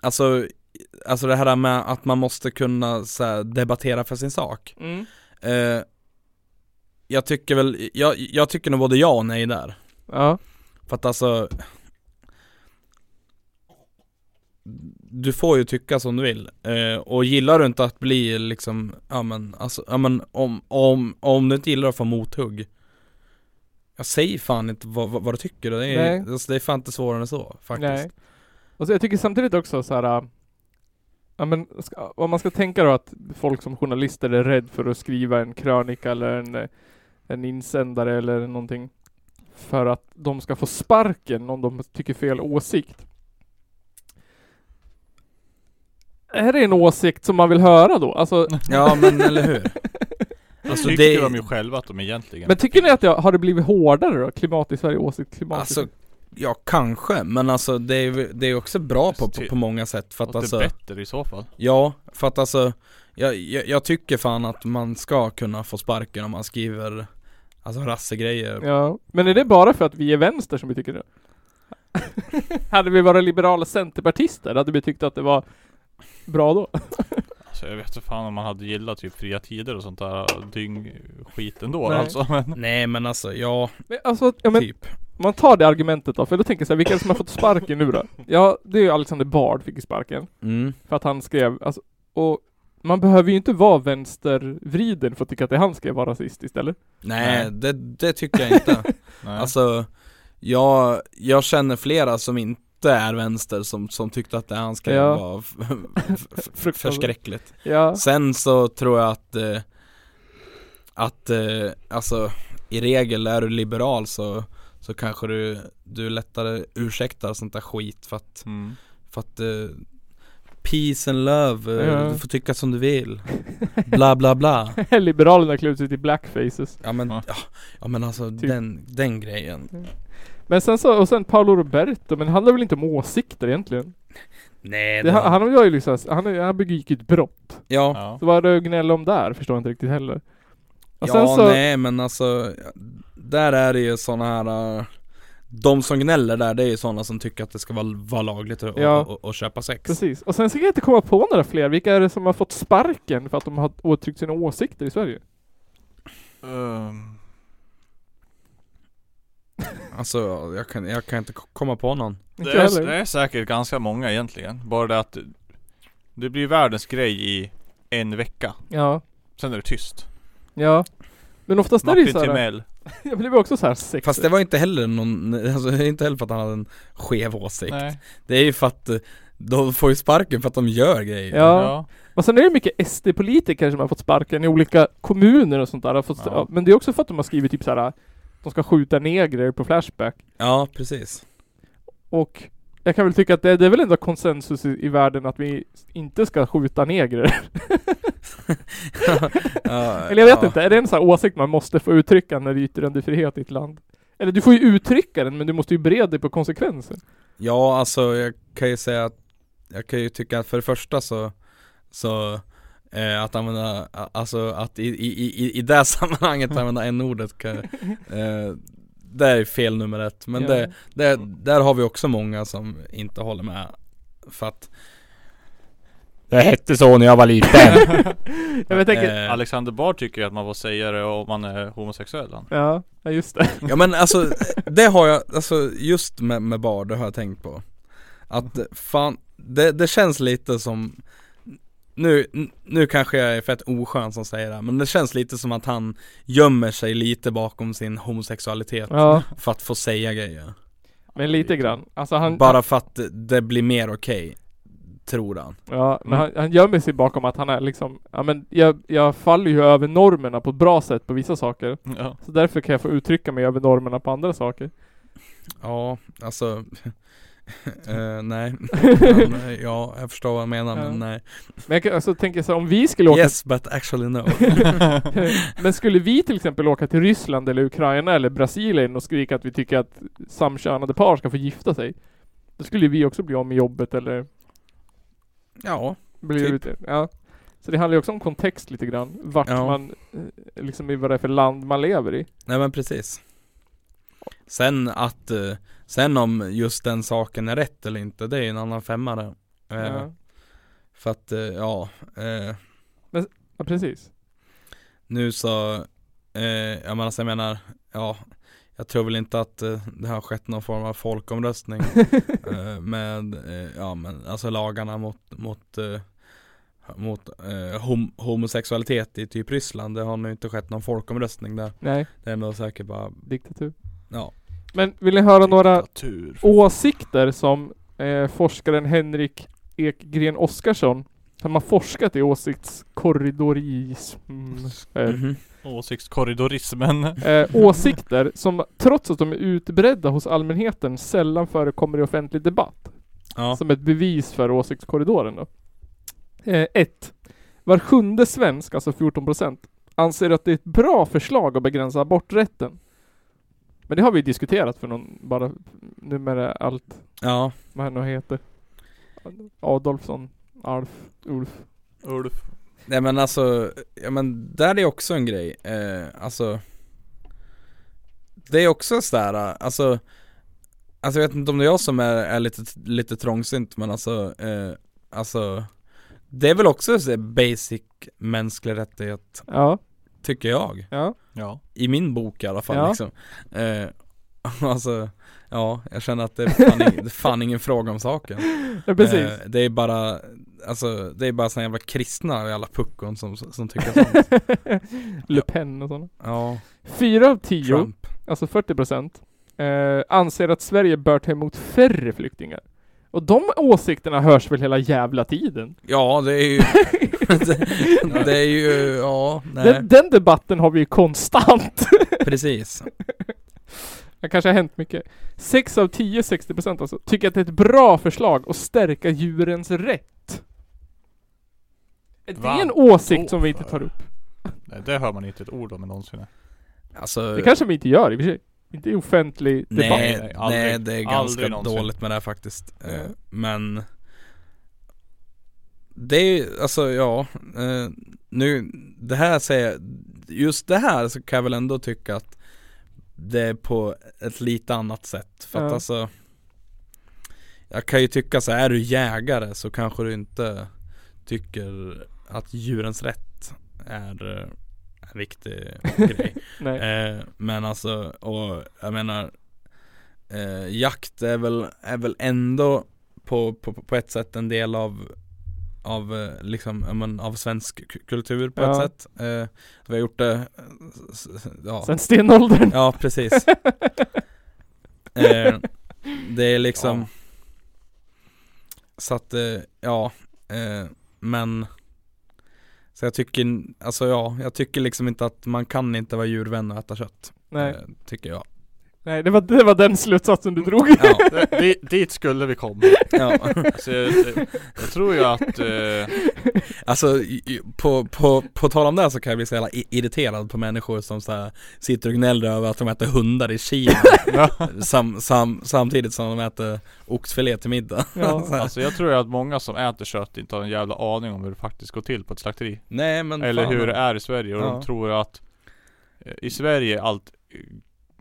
Alltså, alltså det här med att man måste kunna så här, debattera för sin sak
Mm.
eh, Jag tycker väl, jag, jag tycker nog både ja och nej där
Ja.
För att alltså du får ju tycka som du vill. Eh, och gillar du inte att bli liksom, ja men alltså, ja men om, om, om du inte gillar att få mothugg. Jag säger fan inte vad, vad, vad du tycker, det är,
Nej.
alltså, det är fan inte svårare än så faktiskt.
Nej. Och så jag tycker samtidigt också så här. äh, Ja, men ska, om man ska tänka då att folk som journalister är rädd för att skriva en krönika eller en, eh, en insändare eller någonting för att de ska få sparken om de tycker fel åsikt. Är det en åsikt som man vill höra då? Alltså,
Mm.
Ja men eller hur. Alltså,
Alltså tycker
det-
de ju själva att de egentligen
men tycker ni att det har det blivit hårdare då? Klimat i Sverige, åsikt, klimat i
Alltså, ja kanske, men alltså det är, ju- det är också bra på, på, på många sätt för att
att
alltså
Alltså, det är bättre i så fall
Ja, för att alltså jag, jag, jag tycker fan att man ska kunna få sparken om man skriver Alltså rassegrejer
Ja, men är det bara för att vi är vänster som vi tycker det? hade vi varit liberala centerpartister, hade vi tyckt att det var bra då?
Alltså jag vet inte fan om man hade gillat typ fria tider och sånt där dyngskit ändå
Nej.
alltså men
Nej men alltså, ja,
Men alltså, ja, men
typ
man tar det argumentet då, för då tänker jag så här, vilka är det som har fått sparken nu då? Ja, det är ju Alexander Bard fick ju sparken,
mm.
för att han skrev, alltså, och man behöver ju inte vara vänstervriden för att tycka att det han skrev var rasistiskt, eller?
Nej,
Nej.
Det, det tycker jag inte
Nej.
Alltså, jag, jag känner flera som inte är vänster som, som tyckte att det han skrev
Ja.
var f- f- f- förskräckligt
Ja,
Sen så tror jag att eh, Att, eh, alltså i regel är du liberal så Så kanske du, du lättare ursäktar sånt där skit för att
mm.
För att eh, Peace and love, eh,
Ja.
du får tycka som du vill Bla bla bla
liberalerna klär ut sig till blackfaces.
Ja men,
Ja.
ja, ja men alltså
Typ. Mm.
den, den grejen
Men sen så, och sen Paolo Roberto, men det handlar väl inte om åsikter egentligen?
Nej
Det, han, han var ju liksom, han, han begick ju ett brott.
Ja,
Ja.
Så vad är det att gnälla om där? Förstår jag inte riktigt heller. Och sen
ja
så,
nej men alltså Där är det ju såna här eh, De som gnäller där det är ju såna som tycker att det ska vara, vara lagligt att
Ja.
och, och, och köpa sex
precis. Och sen så kan jag inte komma på några fler. Vilka är det som har fått sparken för att de har uttryckt sina åsikter i Sverige?
Ehm,
Alltså jag kan, jag kan inte k- komma på någon
Inte
det,
jag
är,
heller.
det är säkert ganska många egentligen Bara det att Det blir världens grej i en vecka
Ja,
Sen är det tyst
ja. Men oftast är det ju
Martin
såhär,
Timell
jag blev också såhär sex.
Fast det var inte heller någon, alltså det är inte heller för att han hade en skev åsikt
Nej.
Det är ju för att eh, de får ju sparken för att de gör grejer
Ja. Och sen är det mycket SD-politiker som har fått sparken i olika kommuner och sånt där. Har Fått,
Ja.
ja. Men det är också för att de har skrivit typ såhär, de ska skjuta negrer på Flashback.
Ja, precis
Och jag kan väl tycka att det, det är väl ändå konsensus i, i världen att vi inte ska skjuta negrer.
Ja,
Eller jag vet
ja.
inte, är det en sån här åsikt man måste få uttrycka när det är yttrandefrihet i ett land? Eller du får ju uttrycka den men du måste ju bereda dig på konsekvenser.
Ja, alltså jag kan ju säga att Jag kan ju tycka att för det första så Så eh, Att använda, a- alltså att i, i, i, i- i det sammanhanget
Mm.
använda n-ordet kan, eh, Det är fel nummer ett, men
Ja. Mm.
det, det, där har vi också många som inte håller med För att
Det hette så när jag var liten.
Jag vet tänker,
eh,
Alexander Bard tycker ju att man får säga det om man är homosexuell han.
ja, ja just det.
Ja men alltså, det har jag, alltså just med, med bar, det har jag tänkt på Att fan, det, det känns lite som nu, nu kanske jag är fett oskön som säger det här, men det känns lite som att han gömmer sig lite bakom sin homosexualitet
Ja,
för att få säga grejer
men lite grann. Alltså han,
Bara för att det blir mer okej, tror han
ja,
Mm.
men han, han gömmer sig bakom att han är liksom, ja men jag, jag faller ju över normerna på ett bra sätt på vissa saker.
Ja.
Så därför kan jag få uttrycka mig över normerna på andra saker.
Ja, alltså eh, nej, men, eh, ja jag förstår vad jag menar
Ja.
men nej
Men jag kan, alltså tänker så här, om vi skulle åka
Yes but actually no
Men skulle vi till exempel åka till Ryssland eller Ukraina eller Brasilien och skrika att vi tycker att samkönade par ska få gifta sig. Då skulle vi också bli av med jobbet eller
Ja,
bli
Typ.
ute. Ja. Så det handlar ju också om kontext lite grann. Vart
Ja.
man, eh, liksom i vad det är för land man lever i.
Nej men precis Sen att, eh, sen om just den saken är rätt eller inte, det är ju en annan femma där Eh,
Ja.
För att, eh, ja eh,
ja, precis.
Nu så, eh, jag menar, så jag menar, ja Jag tror väl inte att eh, det har skett någon form av folkomröstning eh, med, eh, ja men alltså lagarna mot, mot, eh, mot eh, hom- homosexualitet i typ Ryssland. Det har nog inte skett någon folkomröstning där.
Nej,
Det är nog säkert bara,
diktatur.
ja.
Men vill ni höra några
Diktatur.
åsikter som eh, forskaren Henrik Ekgren Oskarsson som har forskat i åsiktskorridorism. Eh,
Mhm.
Åsiktskorridorismen.
eh, åsikter som trots att de är utbredda hos allmänheten sällan förekommer i offentlig debatt.
Ja.
Som ett bevis för åsiktskorridoren då. 1. var sjunde svensk, alltså 14%, anser att det är ett bra förslag att begränsa aborträtten. Men det har vi diskuterat för någon, bara numera allt
ja,
vad han nu heter. Adolfsson, Alf, Ulf.
Ulf.
nej men alltså, ja men där är också en grej, eh, alltså Det är också sådär, alltså Alltså jag vet inte om det är jag som är, är lite, lite trångsynt men alltså, eh, alltså Det är väl också så här basic mänsklig rättighet,
Ja,
tycker jag
ja.
Ja.
I min bok i alla fall
Ja.
liksom eh, Alltså, ja, jag känner att det är fan, ing, det är fan ingen fråga om saken
ja precis.
Eh, det är bara, alltså det är bara såna jävla kristna i alla puckon som, som tycker sånt.
Le Pen och sådana.
Ja,
Fyra av tio,
Trump.
alltså 40 procent, eh, anser att Sverige bör ta emot färre flyktingar. Och de åsikterna hörs väl hela jävla tiden?
Ja, det är ju, det, det är ju, ja, nej,
Den, den debatten har vi ju konstant.
precis.
Det kanske har hänt mycket. Sex av tio, 60 procent alltså, tycker att det är ett bra förslag att stärka djurens rätt. Är Det
Va?
är en åsikt som vi
Åh,
inte tar upp.
Nej, det hör man inte ett ord om någonsin.
Alltså,
Det kanske vi inte gör i och för sig. Inte i offentlig debatt.
nej,
nej,
nej,
aldrig.
det är
Aldrig
ganska
någonsin.
dåligt med det här faktiskt. Eh,
Ja.
Men, det är ju, alltså ja, eh, nu, det här säger, just det här så kan jag väl ändå tycka att det är på ett lite annat sätt. För att
Ja.
alltså, jag kan ju tycka så här, är du jägare så kanske du inte tycker att djurens rätt är eh, en viktig grej.
Nej.
Eh, men alltså, och jag menar eh, Jakt är väl, är väl ändå på, på, på ett sätt en del av av, eh, liksom, ja, men, av svensk ku- kultur på ett
Ja.
sätt. Eh, vi har gjort det, eh, s- s- ja,
Sen stenåldern.
ja precis. eh, det är liksom
Ja.
Så att, eh, ja, eh, men Så jag tycker, alltså ja, jag tycker liksom inte att man kan inte vara djurvän och äta kött
Nej,
Eh, Tycker jag.
nej det, var, det var den slutsatsen du drog.
Ja,
Det, di- dit skulle vi komma.
ja.
Så Alltså, jag, jag- jag tror ju att eh,
Alltså i- i- på, på, på tal om det här så kan jag bli så jävla i- irriterad på människor som så här sitter och gnäller över att de äter hundar i Kina sam, sam, samtidigt som de äter oxfilé till middag.
Ja.
Så här,
alltså jag tror ju att många som äter kött inte har en jävla aning om hur det faktiskt går till på ett slakteri.
Nej men
Eller
fan.
hur det är i Sverige och
Ja.
de tror att eh, I Sverige är allt eh,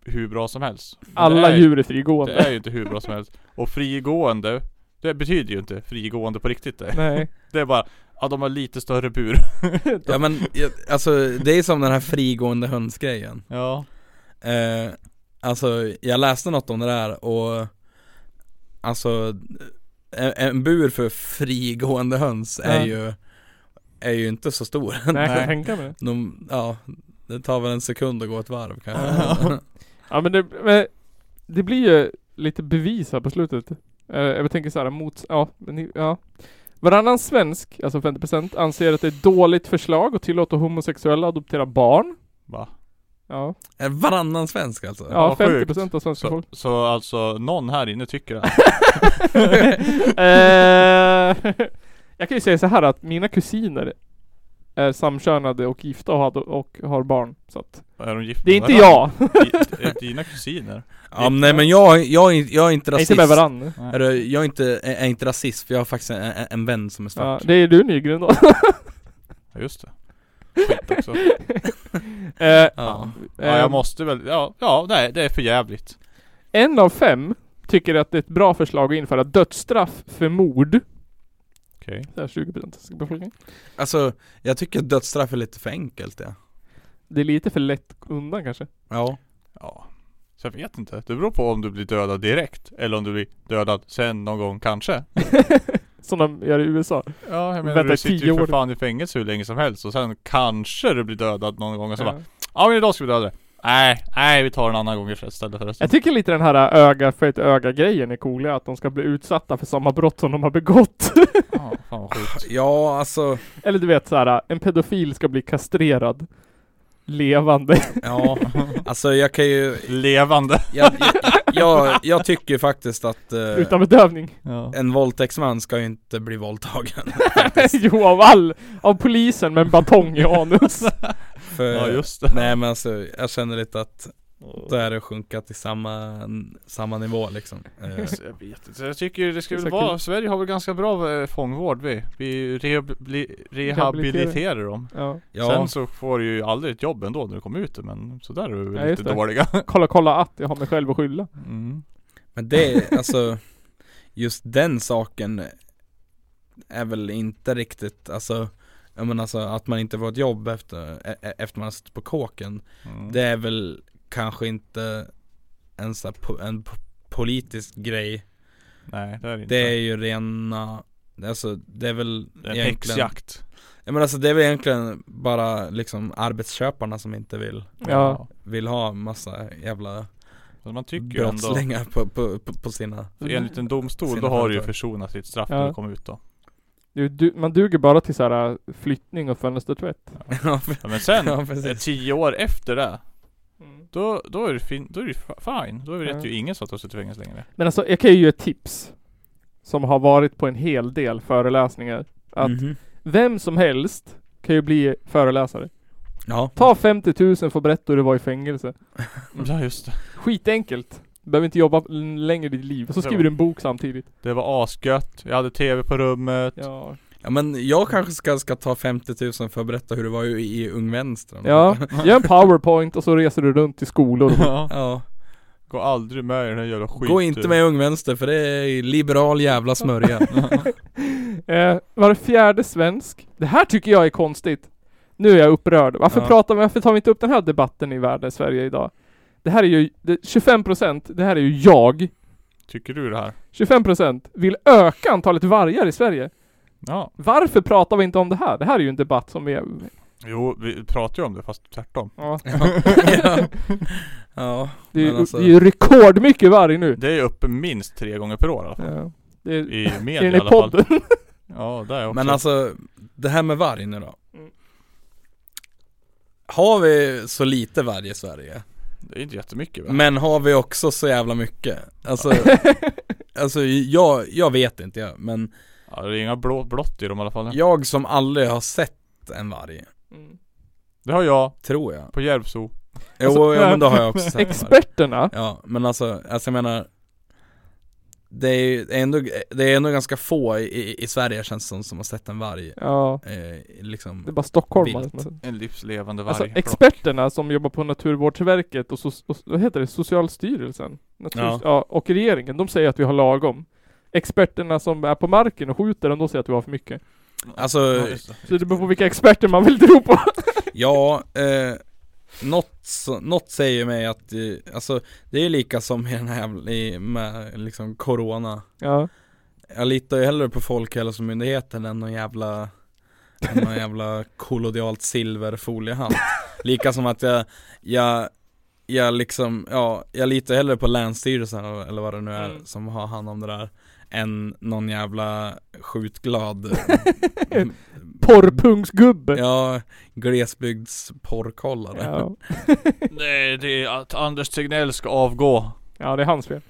hur bra som helst Men det
Alla
är,
djur är
Det
frigående.
är ju inte hur bra som helst Och frigående Det betyder ju inte frigående på riktigt det
Nej.
Det är bara Ja de har lite större bur
Ja men jag- alltså det är som den här frigående hönsgrejen
Ja
Eh, alltså jag läste något om det där och Alltså en, en bur för frigående höns är
Ja.
ju Är ju inte så stor
Nej, jag kan tänka mig det.
De, ja, det tar väl en sekund att gå ett varv kanske
Ja.
Ja men det, men det blir ju lite bevis här på slutet. Eh, jag tänker såhär mot, ja, men, ni- ja. Varannan svensk, alltså 50% anser att det är ett dåligt förslag att tillåta homosexuella att adoptera barn.
Va?
Ja,
Är Varannan svensk alltså?
ja
Ja,
50% av svenska
Så,
folk.
så alltså någon här inne tycker det
Eh, jag kan ju säga så här att mina kusiner är samkönade och gifta och, hade, och har barn. Så att
Är de gifta
det är inte
med
jag.
varandra? Di- Är dina kusiner?
Ja, men nej men jag, jag, är- jag är inte rasist
Inte med varandra.
Är du- Jag är inte, är är inte rasist för jag har faktiskt en, en, en vän som är
Ja,
svart
det är du Nygren då.
Ja just det Skit också
Eh,
Ja.
Ja jag
ehm,
måste väl Ja, ja nej det är för jävligt
En av fem tycker att det är ett bra förslag att införa dödsstraff för mord.
Okej
Det här 20% av svenska befolkningen.
Alltså jag tycker dödsstraff är lite för enkelt ja
Det är lite för lätt undan kanske.
Ja
Ja Så jag vet inte. Det beror på om du blir dödad direkt eller om du blir dödad sen någon gång kanske.
Som de gör i USA.
Ja, jag menar
Vänta
du sitter
tio
ju för
år.
fan i fängelse hur länge som helst och sen kanske du blir dödad någon gång och så bara
Ja.
Ja men idag ska vi döda dig. Nej, nej vi tar en annan gång istället förresten.
Jag tycker lite den här ä, öga för ett öga grejen är cool, att de ska bli utsatta för samma brott som de har begått.
Ja, fan vad sjukt.
Ja, alltså,
Eller du vet såhär, en pedofil ska bli kastrerad. Levande.
ja, alltså jag kan ju,
Levande.
jag, jag, jag tycker ju faktiskt att eh,
Utan bedövning.
Ja.
en våldtäktsman ska ju inte bli våldtagen.
jo, av all, av polisen med en batong i anus.
För,
ja just det.
Nej men alltså, jag känner lite att då är det sjunka till samma, samma nivå liksom. Eh,
Så alltså, Jag vet inte, jag tycker det ska
Det är
väl
så
vara,
kul.
Sverige har väl ganska bra eh, fångvård vi. Vi rehabli- rehabiliterar dem.
Ja.
ja,
Sen så får du ju aldrig ett jobb ändå när du kommer ut men sådär är vi väl
Ja, just
lite
det.
dåliga.
Kolla, kolla att jag har mig själv att skylla.
Mm.
men det, alltså, just den saken är väl inte riktigt, alltså, jag menar alltså att man inte får ett jobb efter, e- e- efter man har suttit på kåken.
Mm.
Det är väl kanske inte en, så här, po- en po- politisk grej.
Nej det är det inte.
Det är ju rena, alltså det är väl
Det är en häxjakt.
Ja men alltså det är väl egentligen bara liksom arbetsköparna som inte vill,
Ja.
vill ha massa jävla
Så Alltså, man tycker ju ändå,
brottslingar på, på, på, på sina
enligt en domstol,
Sina
då har du ju
företag.
försonat ditt straff
Ja.
när du kom ut då.
Du, du, man duger bara till så här äh, flyttning och fönstertvätt.
Ja, för-
Ja, men sen,
ja
eh,
precis
tio år efter det, då, då är det fin, då är det ju fa- fine. Då är det
Ja.
rätt ju ingen som att du har suttit i fängelse längre.
Men alltså, jag kan ju ge ett tips. Som har varit på en hel del föreläsningar. Att
Mhm.
vem som helst kan ju bli föreläsare.
Ja,
Ta 50 000 för att berätta hur du var i fängelse.
Mm.
Ja just det.
Skitenkelt. Du behöver inte jobba l- längre i ditt liv. Och så
Det
skriver
var-
du en bok samtidigt.
Det var asgött, jag hade tv på rummet.
Ja.
ja men jag kanske ska, ska ta 50 000 för att berätta hur det var i, i Ung Vänster
Ja, gör en powerpoint och så reser du runt till skolor.
Ja.
Ja,
Gå aldrig med i den här jävla skiten.
gå inte med i Ung Vänster för det är liberal jävla smörja
Eh, var fjärde svensk. Det här tycker jag är konstigt. Nu är jag upprörd. Varför
Ja.
pratar vi, varför tar vi inte upp den här debatten i världen, Sverige idag? Det här är ju, det, 25% det här är ju jag.
Tycker du det här?
25% vill öka antalet vargar i Sverige.
Ja.
Varför pratar vi inte om det här? Det här är ju en debatt som vi...
Jo, vi pratar ju om det fast tvärtom.
Ja,
Ja, ja.
det är ju
Men alltså-
det är ju rekordmycket varg nu.
Det är uppe minst tre gånger per år i alla fall.
Ja. Det är,
I media
är
i
den i
alla fall.
podden?
Ja, där också.
Men alltså, det här med varg nu då
Mm.
Har vi så lite varg i Sverige?
Det är inte jättemycket va?
Men har vi också så jävla mycket? Alltså, alltså jag, jag vet inte jag, men
Ja, det är inga blå, blått i dem i alla fall.
jag som aldrig har sett en varg,
Mm.
Det har jag
tror jag
på Järvso.
Jo,
Alltså,
ja, men då har jag också sett en varg
Experterna?
Ja, men alltså, alltså jag menar Det är ju ändå, det är ändå ganska få i, i, i Sverige känns det som, som har sett en varg
Ja,
eh, liksom
det är bara stockholmare
Vilt.
som har sett.
En livslevande varg.
Alltså experterna som jobbar på Naturvårdsverket och, so- och vad heter det? Socialstyrelsen? Natur-
Ja.
ja. och regeringen, de säger att vi har lagom. Experterna som är på marken och skjuter dem, de säger att vi har för mycket.
Alltså,
Ja, just det.
Så det beror på vilka experter man vill tro på.
Ja, eh, något, så- något säger mig att, eh, alltså det är lika som i den här, jävla- i, med liksom corona
Ja.
Jag litar ju hellre på Folkhälsomyndigheten än någon jävla än någon jävla kollodialt silverfoliehand Lika som att jag, jag, jag liksom, ja, jag litar hellre på Länsstyrelsen eller eller vad det nu är
Mm.
som har hand om det där Än någon jävla skjutglad
Porrpungsgubbe.
Ja, glesbygdsporrkollare
Ja.
Nej, det är att Anders Tegnell ska avgå.
ja, det är hans fel.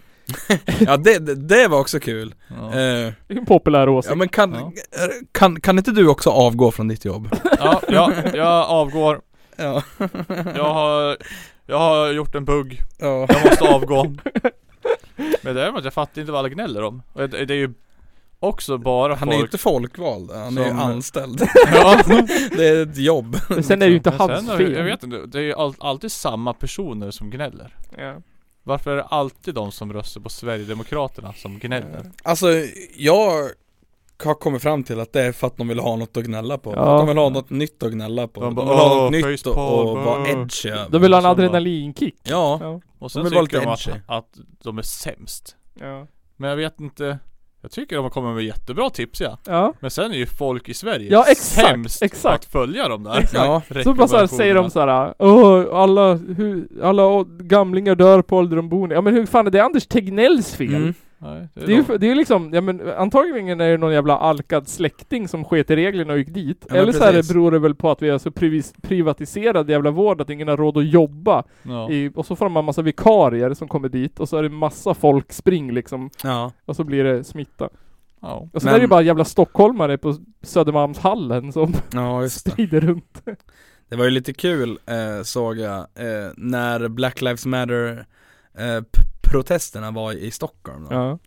Ja det, det, det var också kul.
Ja,
Eh,
Det är en populär åsikt.
ja men kan,
Ja.
eh, kan, kan inte du också avgå från ditt jobb?
ja, ja jag avgår.
Ja.
Jag har, jag har gjort en bugg.
ja.
Jag måste avgå. Men däremot, jag fattar inte vad alla gnäller om. Och det, det är ju också bara
Han är
folk...
ju inte folkvald, han är ju
Som-
anställd.
Ja.
Det är ett jobb.
Men sen är det ju inte
Men sen
hans
har-
fel.
Jag vet inte, det är ju all, alltid samma personer som gnäller.
Ja.
Varför är det alltid de som röstar på Sverigedemokraterna som gnäller?
Alltså jag har kommit fram till att det är för att de vill ha något att gnälla på.
Ja.
För att De vill ha något nytt att gnälla på.
De
De,
bara,
vill ha något
"Åh,
nytt och,
facepalm,
och vara
åh."
edgy över.
De vill ha en
Som bara-
adrenalinkick.
Ja,
Ja.
Och sen
De vill vara
tycker de
lite
att,
edgy.
att de är sämst.
Ja.
Men jag vet inte. Jag tycker de har kommit med jättebra tips ja.
ja.
Men sen är ju folk i Sverige
Ja, exakt,
sämst
exakt.
på att följa de där
ja.
Så bara såhär säger de såhär Åh, alla, hu- alla å- gamlingar dör på ålderdomsboende. Ja men hur fan är det Anders Tegnells fel?
Mm.
Nej, det är
Det är ju
de.
för- det är ju liksom, ja men antagligen är det någon jävla alkad släkting som sket i reglerna och gick dit.
men
Eller så här
precis.
beror det väl på att vi är så privis- privatiserad jävla vård att ingen har råd att jobba.
ja.
I, och så får man massa vikarier som kommer dit och så är det massa folk spring liksom.
ja.
Och så blir det smitta.
Ja.
Och sen
Men-
är det ju bara jävla stockholmare på Södermalmshallen som
ja, just det.
sprider runt.
Det var ju lite kul eh, såg jag eh, när Black Lives Matter eh, p- protesterna var i Stockholm då.
Ja.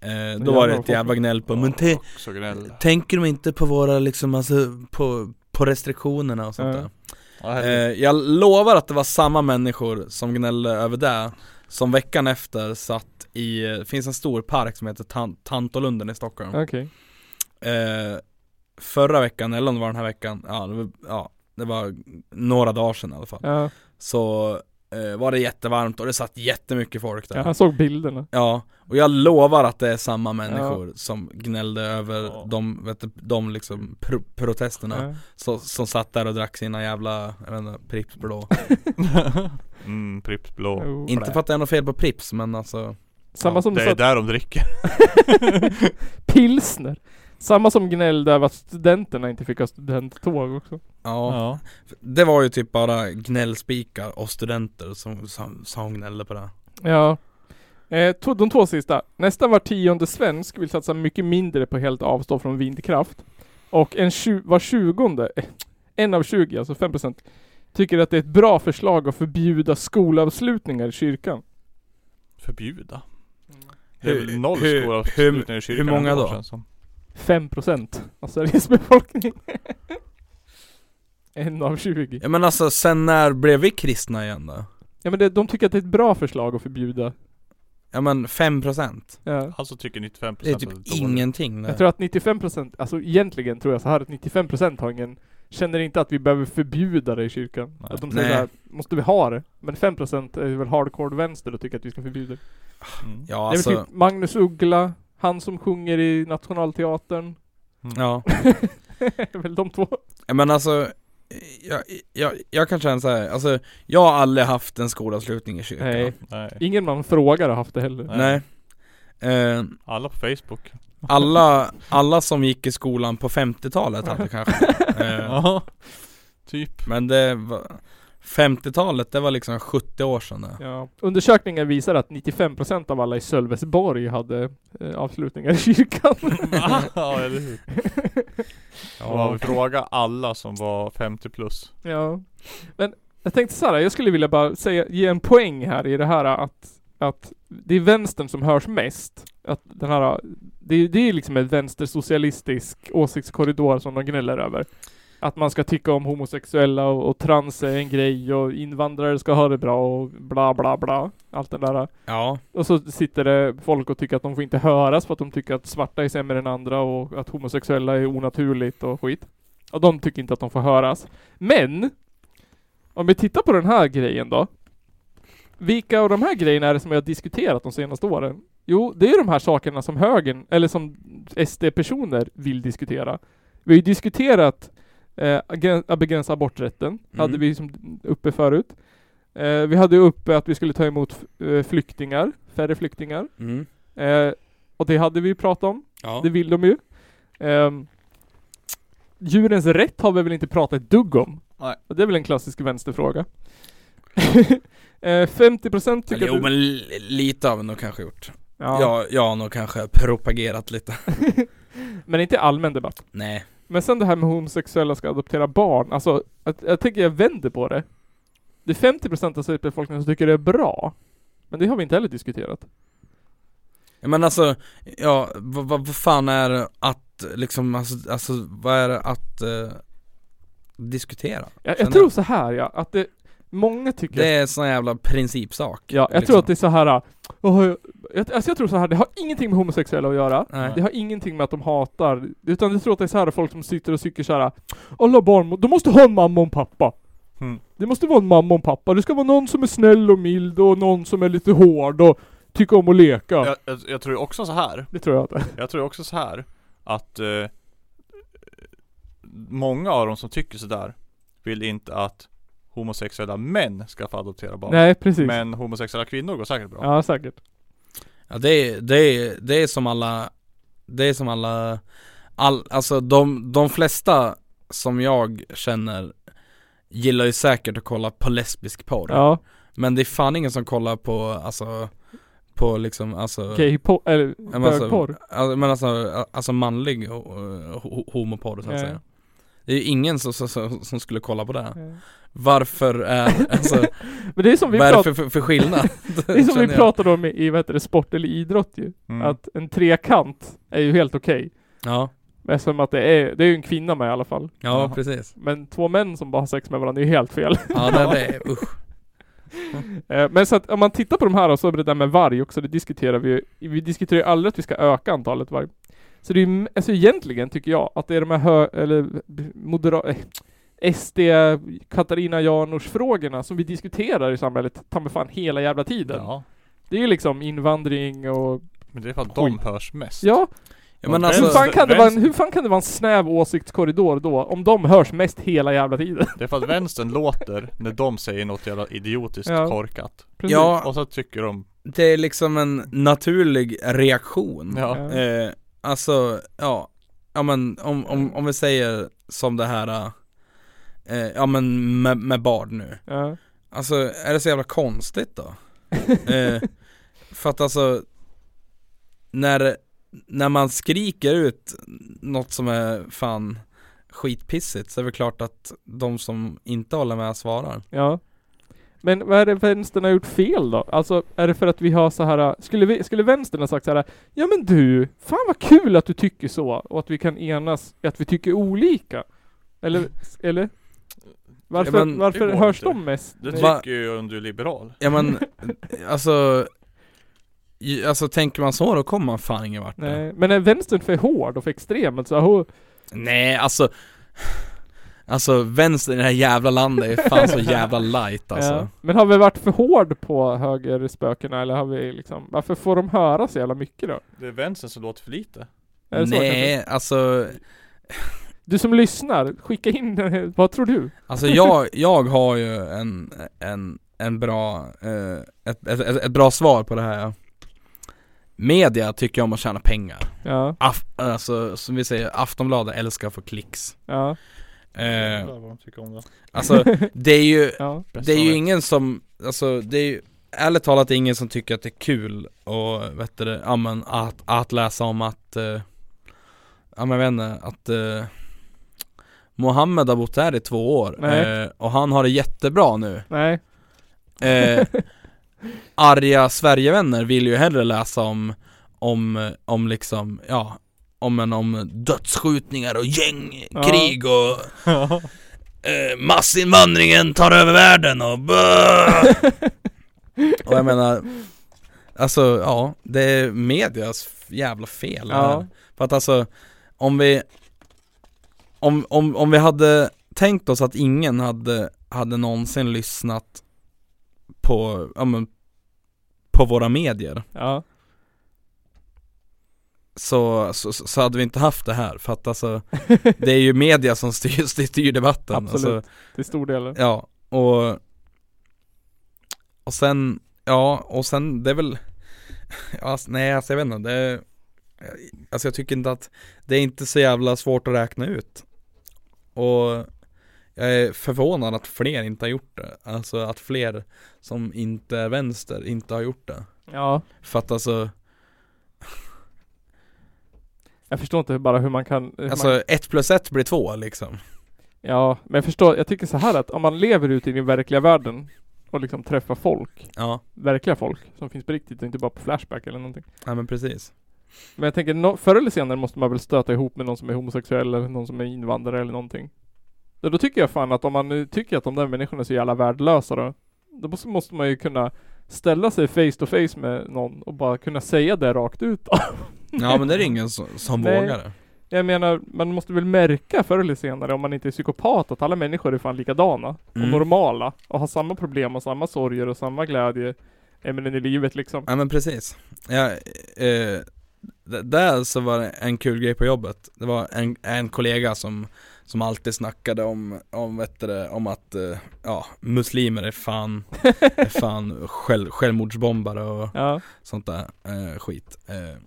Eh,
Jävlar
då var det
vad
ett jävla gnäll på, men te-
Och så gnäll.
tänker de inte på våra liksom, alltså på, på restriktionerna och sånt
Ja.
där?
Ja, herregud.
Eh, jag lovar att det var samma människor som gnällde över det Som veckan efter satt i, det finns en stor park som heter Tan- Tantolunden i Stockholm
Okej.
eh, Förra veckan, eller om det var den här veckan, ja det var, ja, det var några dagar sedan i alla fall
Ja.
Så eh, var det jättevarmt och det satt jättemycket folk där
Ja,
Ja,
han såg bilderna.
och jag lovar att det är samma människor som gnällde över
Ja.
de, vet du, de liksom pro- protesterna
Ja.
så, Som satt där och drack sina jävla, jag vet inte, Pripps blå Eh.
mm, Pripps blå.
Jo.
Inte för att det är något fel på Prips men alltså
Samma
Ja,
som
det
så
är där de dricker.
Pilsner. Samma som gnällde över att studenterna inte fick ha studenttåg också.
ja.
Ja.
Det var ju typ bara gnällspikar och studenter som, som, som gnällde på det
Ja. Eh, to, de två sista. Nästan var tionde svensk vill satsa mycket mindre på helt avstå från vindkraft. Och en tju, var tjugonde, eh, en av 20, alltså 5%, tycker att det är ett bra förslag att förbjuda skolavslutningar i kyrkan.
Förbjuda. Det är väl
Hur-
noll
hur-
skolavslutningar i kyrkan.
hur många
ändå,
då?
känns som.
5% av Sveriges befolkning. en av 20.
Ja men alltså sen när blev vi kristna igen då?
Ja men det, de tycker att det är ett bra förslag att förbjuda.
Ja men 5%
Ja.
Alltså tycker 95%
Det är
att
typ
dåligt.
ingenting
Jag
det.
tror att 95%, alltså egentligen tror jag så här att 95% har ingen, känner inte att vi behöver förbjuda det i kyrkan.
Nej.
Att de säger
Nej.
såhär, måste vi ha det? Men 5% är väl hardcore vänster och tycker att vi ska förbjuda det.
Mm.
Ja
det är
alltså,
väl typ Magnus Uggla, han som sjunger i Nationalteatern.
ja
Det är väl de två.
Ja, men alltså jag, jag, jag kan känna såhär, alltså jag har aldrig haft en skolavslutning i kyrkan
Nej.
Nej.
Ingen man frågar har haft det heller.
Nej.
Nej Eh,
Alla på Facebook.
alla, alla som gick i skolan på 50-talet hade kanske Eh,
Ja. Typ.
Men det var 50-talet, det var liksom 70 år sedan det.
Ja. Undersökningen visar att 95% av alla i Sölvesborg hade eh, avslutningar i kyrkan.
ja, eller hur? Ja, vi fråga alla som var 50 plus.
Ja. Men jag tänkte så här, jag skulle vilja bara säga, ge en poäng här i det här att, att det är vänstern som hörs mest. Att den här, det, är- det är liksom en vänstersocialistisk åsiktskorridor som de gnäller över. Att man ska tycka om homosexuella och, och trans är en grej och invandrare ska ha det bra och bla bla bla. Allt det där.
Ja,
Och så sitter det folk och tycker att de får inte höras för att de tycker att svarta är sämre än andra och att homosexuella är onaturligt och skit. Och de tycker inte att de får höras. Men! Om vi tittar på den här grejen då. Vilka av de här grejerna är det som vi har diskuterat de senaste åren? Jo, det är de här sakerna som högern, eller som SD-personer vill diskutera. Vi har ju diskuterat eh, agren- att begränsa aborträtten, hade vi som uppe förut. Eh, vi hade uppe att vi skulle ta emot f- eh, flyktingar, färre flyktingar.
mm.
Eh, och det hade vi ju pratat om,
ja.
det vill de ju. Ehm, djurens rätt har vi väl inte pratat ett dugg om?
Nej.
Och det är väl en klassisk vänsterfråga. eh, 50% tycker
Eller, jo
att...
men li- lite har vi nog kanske gjort. Ja.
Ja,
Jag, jag har nog kanske propagerat lite.
Men inte allmän debatt.
Nej.
Men sen det här med homosexuella ska adoptera barn, alltså jag, jag tänker jag vänder på det. Det är 50% av Sveriges befolkning som tycker det är bra. Men det har vi inte heller diskuterat.
Ja, Men alltså, ja, vad, vad, vad fan är det att liksom, alltså, alltså vad är det att eh, diskutera?
Jag,
Känner
jag tror
jag.
så här ja, att det Många tycker
Det är en sån jävla principsak liksom.
Ja, jag tror att det är så här. äh, åh, jag- jag, alltså jag tror så här, det har ingenting med homosexuella att göra.
Nej.
Det har ingenting med att de hatar, utan jag tror att det är så här folk som sitter och tycker så här. Alla barn, må- de måste ha en mamma och en pappa.
Mm.
Det måste vara en mamma och en pappa. Det ska vara någon som är snäll och mild och någon som är lite hård och tycker om att leka.
Jag, jag, jag tror ju också så här.
Det tror jag inte.
Jag tror också så här att eh, många av de som tycker sådär vill inte att homosexuella män ska få adoptera barn.
Nej, precis.
Men homosexuella kvinnor går säkert bra.
Ja, säkert.
Ja det är, det är, det är som alla Det är som alla all, Alltså de, de flesta som jag känner Gillar ju säkert att kolla på lesbisk porr
Ja,
Men det är fan ingen som kollar på alltså På liksom alltså
gayporr, eller
Ja, men alltså-
bögporr.
alltså, Men alltså, alltså manlig ho- ho- homoporr så att
Nej.
säga Det är ju ingen som, som- som, som skulle kolla på det Varför är, alltså,
Men det är som vi,
vad är det
prat,
för, för, för skillnad?
det är som vi
Känner jag.
pratade om i, i vad heter det, sport eller idrott ju.
Mm.
Att en trekant är ju helt okej.
Ja,
Eftersom att det är, det är ju en kvinna med i alla fall.
ja
Ja.
precis
Men två män som bara har sex med varandra är ju helt fel.
Ja det, det är usch
Eh, Men så att om man tittar på de här då, så är det där med varg också, det diskuterar vi ju. Vi diskuterar ju aldrig att vi ska öka antalet varg. Så det är ju, m- alltså egentligen tycker jag att det är de här hö, eller moderata, SD, Katarina Janouch frågorna som vi diskuterar i samhället, ta mig fan hela jävla tiden.
Ja.
Det är ju liksom invandring och,
Men det är för att de hörs mest.
ja,
ja, men
Vad
alltså,
hur, fan kan det vara en,
vänster-
hur fan kan det vara en snäv åsiktskorridor då, om de hörs mest hela jävla tiden?
Det är för att vänstern låter när de säger något jävla idiotiskt
Ja.
korkat.
Precis.
Ja,
Och så tycker de,
det är liksom en naturlig reaktion.
ja.
Ja.
Eh, alltså, ja, ja men om, om, om vi säger som det här, eh, ja men med, med barn nu.
Ja.
Alltså är det så jävla konstigt då? Eh, för att alltså, när, när man skriker ut något som är fan skitpissigt så är det väl klart att de som inte håller med svarar.
Ja. Men vad är det vänstern har gjort fel då? Alltså, är det för att vi har så här, äh, skulle, vi, skulle vänstern ha sagt så här, äh, ja men du, fan vad kul att du tycker så och att vi kan enas i att vi tycker olika? Eller? eller? Varför,
Ja, men det
varför
går
hörs
inte.
de mest?
Det
Va-
tycker ju om du är liberal.
Ja men, alltså ju- Alltså tänker man så då kommer man fan ingen vart
Nej, men är vänstern för hård och för extrem? Alltså, ho-
Nej alltså Alltså vänster i det här jävla landet är fan så jävla light
ja.
alltså
Men har vi varit för hård på högerspökena eller har vi liksom, varför får de höra så jävla mycket då?
Det är vänstern som låter för lite.
Är det så kanske?
Nej alltså
Du som lyssnar, skicka in, vad tror du?
Alltså jag, jag har ju en, en, en bra, eh, ett, ett, ett, ett bra svar på det här ja. Media tycker om att tjäna pengar
Ja,
Af- Alltså som vi säger, Aftonbladet älskar att få klicks
ja,
eh,
Jävlar vad de tycker om det.
Alltså det är ju
ja.
Det är ju ingen som, alltså det är ju Ärligt talat det är ingen som tycker att det är kul och vet du, det, ja, men att, att läsa om att eh, Ja men jag vet inte, att eh, Mohammed har bott här i två år
Nej.
eh, och han har det jättebra nu
Nej.
eh, Arga Sverigevänner vill ju hellre läsa om Om, eh, om liksom, ja Om en om dödsskjutningar och gängkrig och eh, massinvandringen tar över världen och bö! Och jag menar Alltså ja, det är medias f- jävla fel det
Ja.
här. För att alltså Om vi om, om, om vi hade tänkt oss att ingen hade, hade någonsin lyssnat på, ja men På våra medier
Ja,
så, så, så hade vi inte haft det här för att alltså Det är ju media som styr, styr debatten
absolut.
Alltså,
Till stor del.
Ja, och Och sen, ja, och sen det är väl ja, alltså, Nej alltså jag vet inte, det är, Alltså jag tycker inte att Det är inte så jävla svårt att räkna ut Och jag är förvånad att fler inte har gjort det Alltså att fler som inte är vänster inte har gjort det
Ja.
För att alltså,
Jag förstår inte hur- bara hur man kan... Hur man,
alltså ett plus ett blir två liksom
ja, men jag förstår. Jag tycker så här att om man lever ute i den verkliga världen och liksom träffar folk,
Ja,
verkliga folk som finns på riktigt och inte bara på Flashback eller någonting.
nej men precis
Men jag tänker, no, förr eller senare måste man väl stöta ihop med någon som är homosexuell eller någon som är invandrare eller någonting. Ja, då tycker jag fan att om man nu tycker att de där människorna är så jävla värdelösa då, då måste, måste man ju kunna ställa sig face to face med någon och bara kunna säga det rakt ut då.
Ja men det är ingen som, som
Nej.
vågar det.
Jag menar, man måste väl märka förr eller senare om man inte är psykopat att alla människor är fan likadana och
Mm.
normala och har samma problem och samma sorger och samma glädje ämnen i livet liksom.
Ja men precis. Ja, eh, d- där så var det en kul grej på jobbet. Det var en, en kollega som, som alltid snackade om, om, vet du, det, om att eh, ja, muslimer är fan, är fan själv, självmordsbombare och
Ja,
sånt där eh, skit. Eh.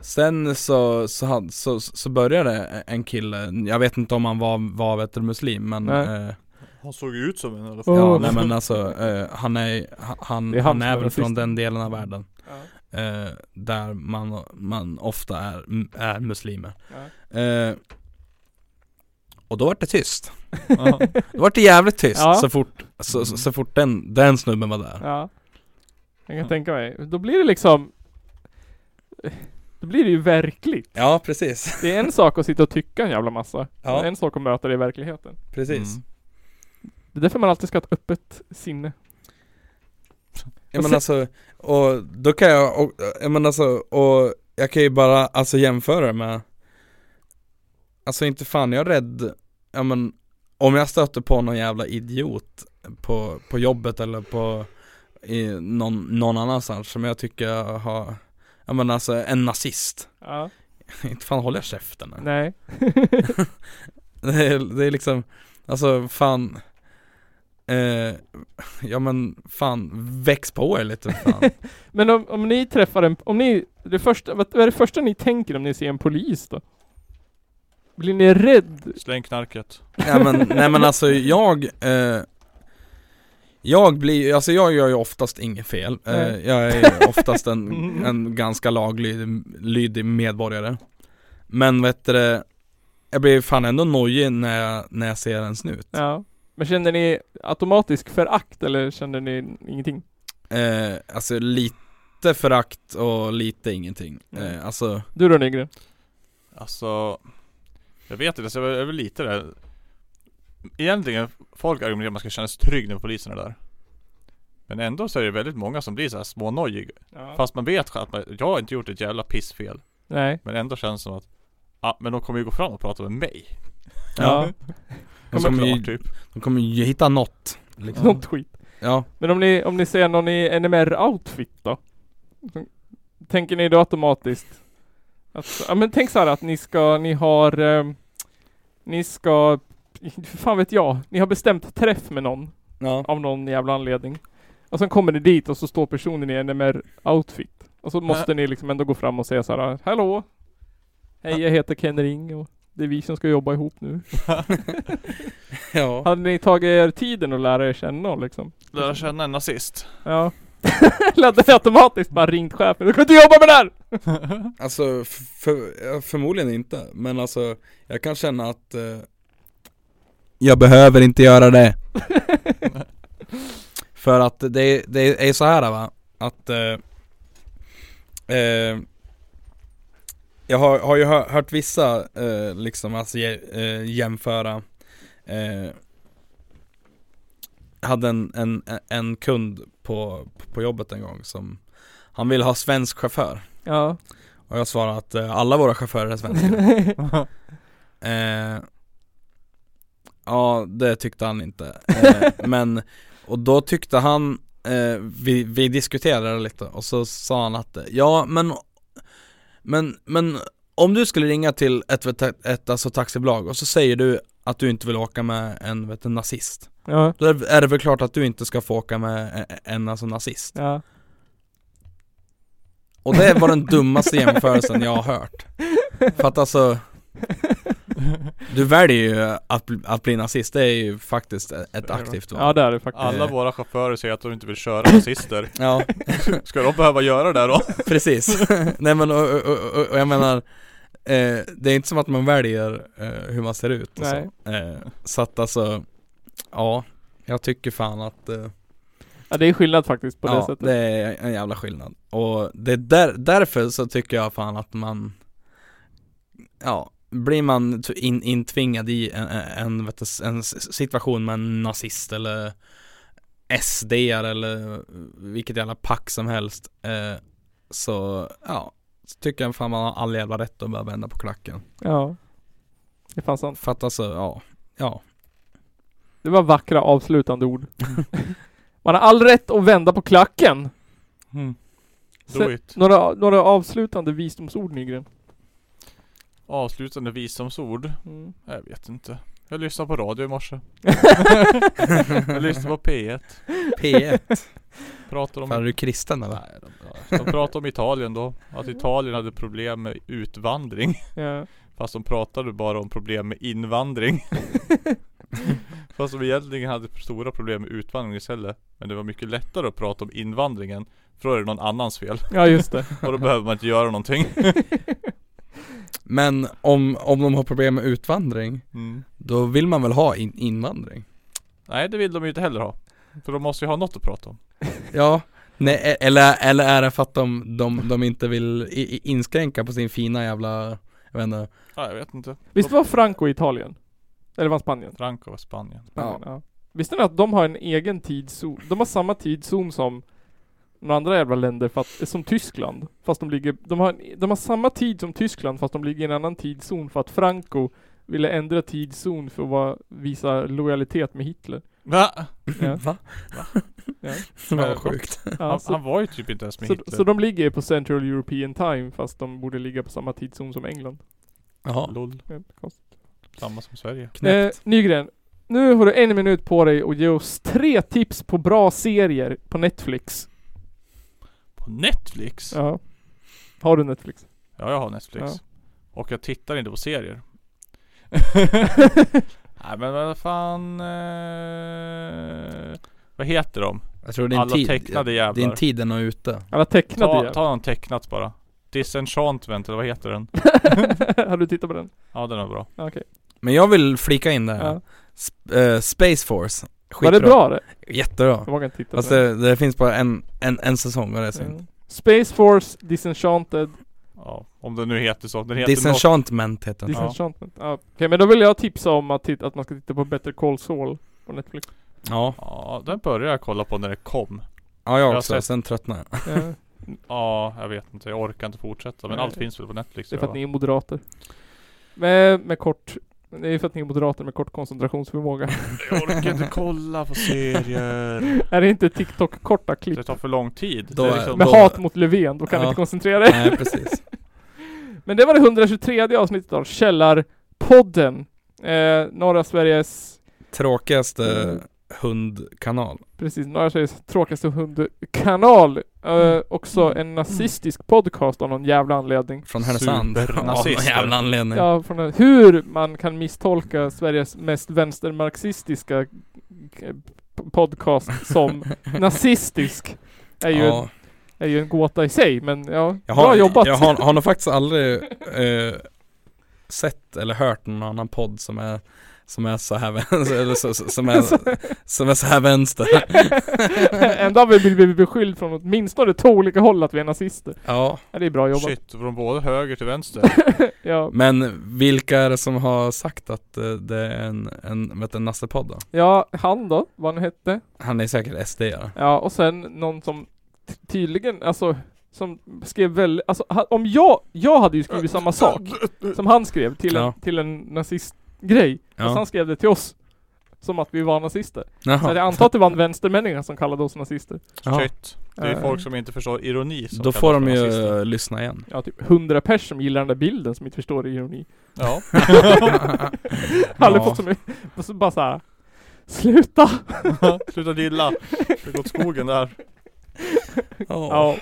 Sen så, så, hade, så, så började en kille, jag vet inte om han var, var vet du, muslim men
Nej.
eh,
Han såg ju ut som en i alla
Åh.
fall.
Ja, nej men alltså, eh, han är, han, han
Det är
är, han
han som
är
är
väl
rasist.
från den delen av världen eh, Där man, man ofta är, m- är muslimer eh, Och då var det tyst
Ja.
Då var det jävligt tyst
Ja.
så fort, så, så, så fort den, den snubben var där
ja. Jag kan
Mm.
tänka mig. Då blir det liksom Då blir det ju verkligt.
Ja precis,
Det är en sak att sitta och tycka en jävla massa.
Ja.
En sak att möta det i verkligheten.
precis
Mm.
Det är därför man alltid ska ha ett öppet sinne.
Ja men
Och sen-
alltså, och då kan jag, och, jag men alltså, och jag kan ju bara alltså jämföra det med Alltså inte fan jag är rädd, ja men om jag stöter på någon jävla idiot på, på jobbet eller på i någon, någon annanstans som jag tycker jag har, ja men alltså en nazist,
Ja.
inte fan håller jag käften än.
Nej.
Det är, det är liksom, alltså fan eh, Ja men fan, väx på er lite fan
Men om, om ni träffar en, om ni, det första, vad vad är det första ni tänker om ni ser en polis då? Blir ni rädd?
Släng knarket.
Nej men, nej men alltså jag eh, Jag blir, alltså jag gör ju oftast inget fel eh,
Nej.
Jag är oftast en,
Mm.
en ganska laglydig lydig medborgare Men vet du det, Jag blir fan ändå nojig när jag, när jag ser en snut
Ja. Men känner ni automatisk förakt eller känner ni ingenting?
eh, Alltså lite förakt och lite ingenting
Mm.
eh, Alltså,
Du då Nygren?
Alltså Jag vet inte, så jag är väl lite där Egentligen, folk argumenterar att man ska känna sig trygg när polisen är där Men ändå så är det väldigt många som blir så här smånojig Fast man vet själv att man, jag har inte gjort ett jävla pissfel
Nej.
Men ändå känns det som att Ja men de kommer ju gå fram och prata med mig
Ja.
de
Såklart
kommer ju,
typ
de kommer ju hitta något liksom.
Något skit.
Ja,
Men om ni, om ni ser någon i NMR-outfit då? Tänker ni då automatiskt? Att, ja men tänk så här att ni ska, ni har, eh, ni ska, fan vet jag, ni har bestämt träff med någon.
ja,
Av någon jävla anledning. Och sen kommer ni dit och så står personen i NMR-outfit. Och så måste ni liksom ändå gå fram och säga så här: Hallå! Hej jag heter Ken Ring och det är vi som ska jobba ihop nu.
ja.
Hade ni tagit er tiden att lära er känna liksom?
Lära känna en nazist
Ja. Eller hade ni automatiskt bara ringt chefen Du kan inte jobba med det här!
Alltså f- för, ja, förmodligen inte, men alltså jag kan känna att eh, Jag behöver inte göra det För att det, det är så här va, att eh, eh, Jag har, har ju hör, hört vissa eh, liksom alltså je, eh, jämföra eh, Hade en, en, en kund på, på jobbet en gång som Han ville ha svensk chaufför
Ja.
och jag svarade att eh, alla våra chaufförer är svenskar eh, Ja, det tyckte han inte eh, Men, och då tyckte han eh, vi, vi diskuterade det lite och så sa han att eh, Ja men Men, men om du skulle ringa till ett, ett, ett alltså taxibolag och så säger du att du inte vill åka med en, vet, du, nazist
Ja.
Då är det- är det väl klart att du inte ska få åka med en, en alltså nazist
Ja.
Och det var den dummaste jämförelsen jag har hört För att alltså Du väljer ju att, bli- att bli nazist, det är ju faktiskt ett aktivt
Ja
val
det är det faktiskt.
Alla våra chaufförer säger att de inte vill köra nazister
Ja,
Ska de behöva göra det då?
precis Nej men och, och, och, och jag menar eh, Det är inte som att man väljer eh, hur man ser ut och
Nej.
så eh, Så att alltså Ja, jag tycker fan att eh,
Ja det är skillnad faktiskt på det
ja,
sättet.
det är en jävla skillnad Och det är där, därför så tycker jag fan att man Ja, blir man t- in, intvingad i en, en, vet du, en s- situation med en nazist eller SD eller vilket jävla pack som helst eh, Så ja, så tycker jag fan man har all jävla rätt att börja vända på klacken
Ja. Det fanns sant.
För att alltså, ja, ja
Det var vackra avslutande ord. Man har all rätt att vända på klacken.
Do
Så,
it.
några, några avslutande visdomsord Nygren?
Avslutande visdomsord?
Mm.
Jag vet inte. Jag lyssnade på radio i morse. Jag lyssnade på P1.
P1,
Pratar om...
fan är du kristen eller?
Nej, de, de pratade om Italien då. Att Italien hade problem med utvandring.
Ja.
Fast de pratade bara om problem med invandring. Fast de egentligen hade stora problem med utvandring istället. Men det var mycket lättare att prata om invandringen. För då är det någon annans fel.
ja, just det.
Och då behöver man inte göra någonting.
Men om, om de har problem med utvandring,
Mm.
då vill man väl ha in, invandring?
Nej det vill de ju inte heller ha. För de måste ju ha något att prata om.
Ja, nej, e- eller, eller är det för att de, de, de inte vill i, i- inskränka på sin fina jävla, jag vet inte
Ja, jag vet inte.
Visst var Franco i Italien? Eller var det Spanien?
Franco var Spanien.
Ja.
Ja. Visste ni att de har en egen tidszon? De har samma tidszon som några andra jävla länder, fast, eh, som Tyskland. Fast de ligger, de har, en- de har samma tid som Tyskland fast de ligger i en annan tidszon för att Franco ville ändra tidszon för att vara, visa lojalitet med Hitler.
Va?
Ja.
Va?
Ja.
Vad sjukt
Ja,
Han,
så,
han var ju typ inte ens med
så,
Hitler.
så de ligger på Central European Time fast de borde ligga på samma tidszon som England.
Jaha,
Lol.
Ja, konstigt.
Samma som Sverige.
knäppt
Eh, Nygren, nu har du en minut på dig att ge oss tre tips på bra serier på Netflix.
På Netflix? Ja,
Ja. Har du Netflix?
jag har Netflix.
Ja.
Och jag tittar inte på serier. Nej men vad fan... Eh... Vad heter de?
Jag tror din
Alla
tid,
tecknade jävlar.
din tid är nog ute
Alla tecknade
Ta,
jävlar.
ta någon tecknat bara. Disenchantment eller vad heter den?
Har du tittat på den?
Ja den var bra.
Ja, Okej.
Men jag vill flika in där
Ja.
Sp- eh, Space Force,
Var det bra det?
Jättebra
Jag vågar inte titta
Fast
på den.
det, det finns bara en, en, en säsong och det är synd
Ja. Space Force Disenchanted
Ja, om den nu heter så. Den heter något-
Disenchantment heter den
Disenchantment. Ja. Okej men då vill jag tipsa om att, titta, att man ska titta på Better Call Saul på Netflix.
Ja,
Ja, den började jag kolla på när det kom.
ja
Jag
jag
har
också,
sett-
sen tröttnade jag
Ja.
Ja, jag vet inte. Jag orkar inte fortsätta. Men
Nej.
allt finns väl på Netflix?
Det är för
tror jag,
att
va?
ni är moderater. Med, med kort... Det är för att ni är moderater med kort koncentrationsförmåga.
Jag orkar inte kolla på serier.
är det inte TikTok-korta klipp?
Det tar för lång tid.
Då
det är
är-
liksom,
Med
då-
hat mot Löfven, då kan ni
Ja.
inte koncentrera er.
Nej precis
Men det var det 123 avsnittet av Källarpodden. Eh, norra Sveriges,
Tråkigaste
Mm.
hundkanal
precis, norra Sveriges tråkigaste hundkanal. Eh, också en nazistisk podcast av någon jävla anledning.
Från Härnösand
Supernazister.
Av någon jävla anledning
Ja, från en, hur man kan misstolka Sveriges mest vänstermarxistiska eh, p- podcast som nazistisk är ju, en, är ju en gåta i sig, men ja,
Jag har,
bra jobbat.
Jag har, har nog faktiskt aldrig eh, sett eller hört någon annan podd som är som är så här vänster, eller så, så, som, är, som är så här vänster
Ändå har vi blivit beskyllda från åtminstone två olika håll att vi är nazister.
Ja,
Ja, det är bra jobbat.
Shit, från både höger till vänster.
Ja,
men vilka är det som har sagt att eh, det är en, en, vet du, en nassepodd då?
ja, han då, vad han hette.
Han är säkert sd -are.
Ja, och sen någon som t- tydligen, alltså, som skrev väldigt, alltså ha- om jag, jag hade ju skrivit samma sak som han skrev till en,
Ja.
till en nazistgrej. Fast
Ja,
han skrev det till oss. Som att vi var nazister. Så jag
Jaha.
antar att det var en vänstermänniska som kallade oss nazister.
Jaha.
Shit. Det är
Eh,
folk som inte förstår ironi som
Då
kallas
får
för
de ju
nazister.
eh, lyssna igen
Ja, typ hundra pers som gillar den där bilden som inte förstår ironi.
Ja.
Aldrig
Ja.
fått så mycket, och så bara såhär Sluta!
Sluta dilla. Det går åt skogen där.
Ja.
Ja.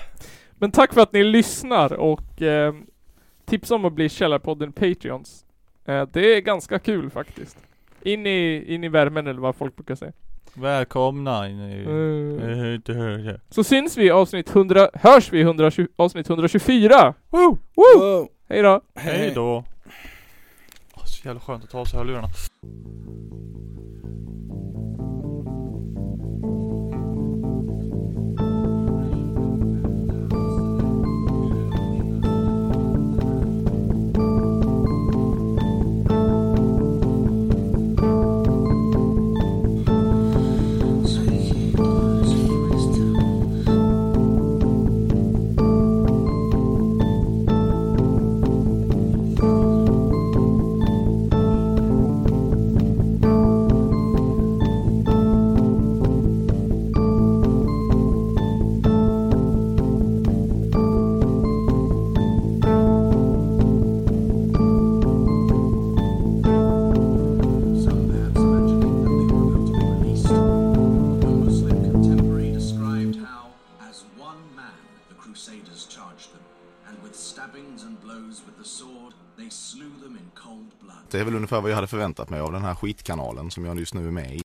Men tack för att ni lyssnar och eh, tipsa om att bli Källarpodden Patreons. Eh, det är ganska kul faktiskt. In i, in i värmen eller vad folk brukar säga.
Välkomna in i...
Eh,
Eh, inte höger.
Så syns vi i avsnitt 100, hörs vi i 120, avsnitt 124!
Woo!
Woo!
Wow.
Hej då!
Hej då. Åh, Så jävla skönt att ta av sig hörlurarna.
crusaders charged them, and with stabbings and blows with the sword, they slew them in cold blood.
Det är väl ungefär vad jag hade förväntat mig av den här skitkanalen som jag just nu är med i.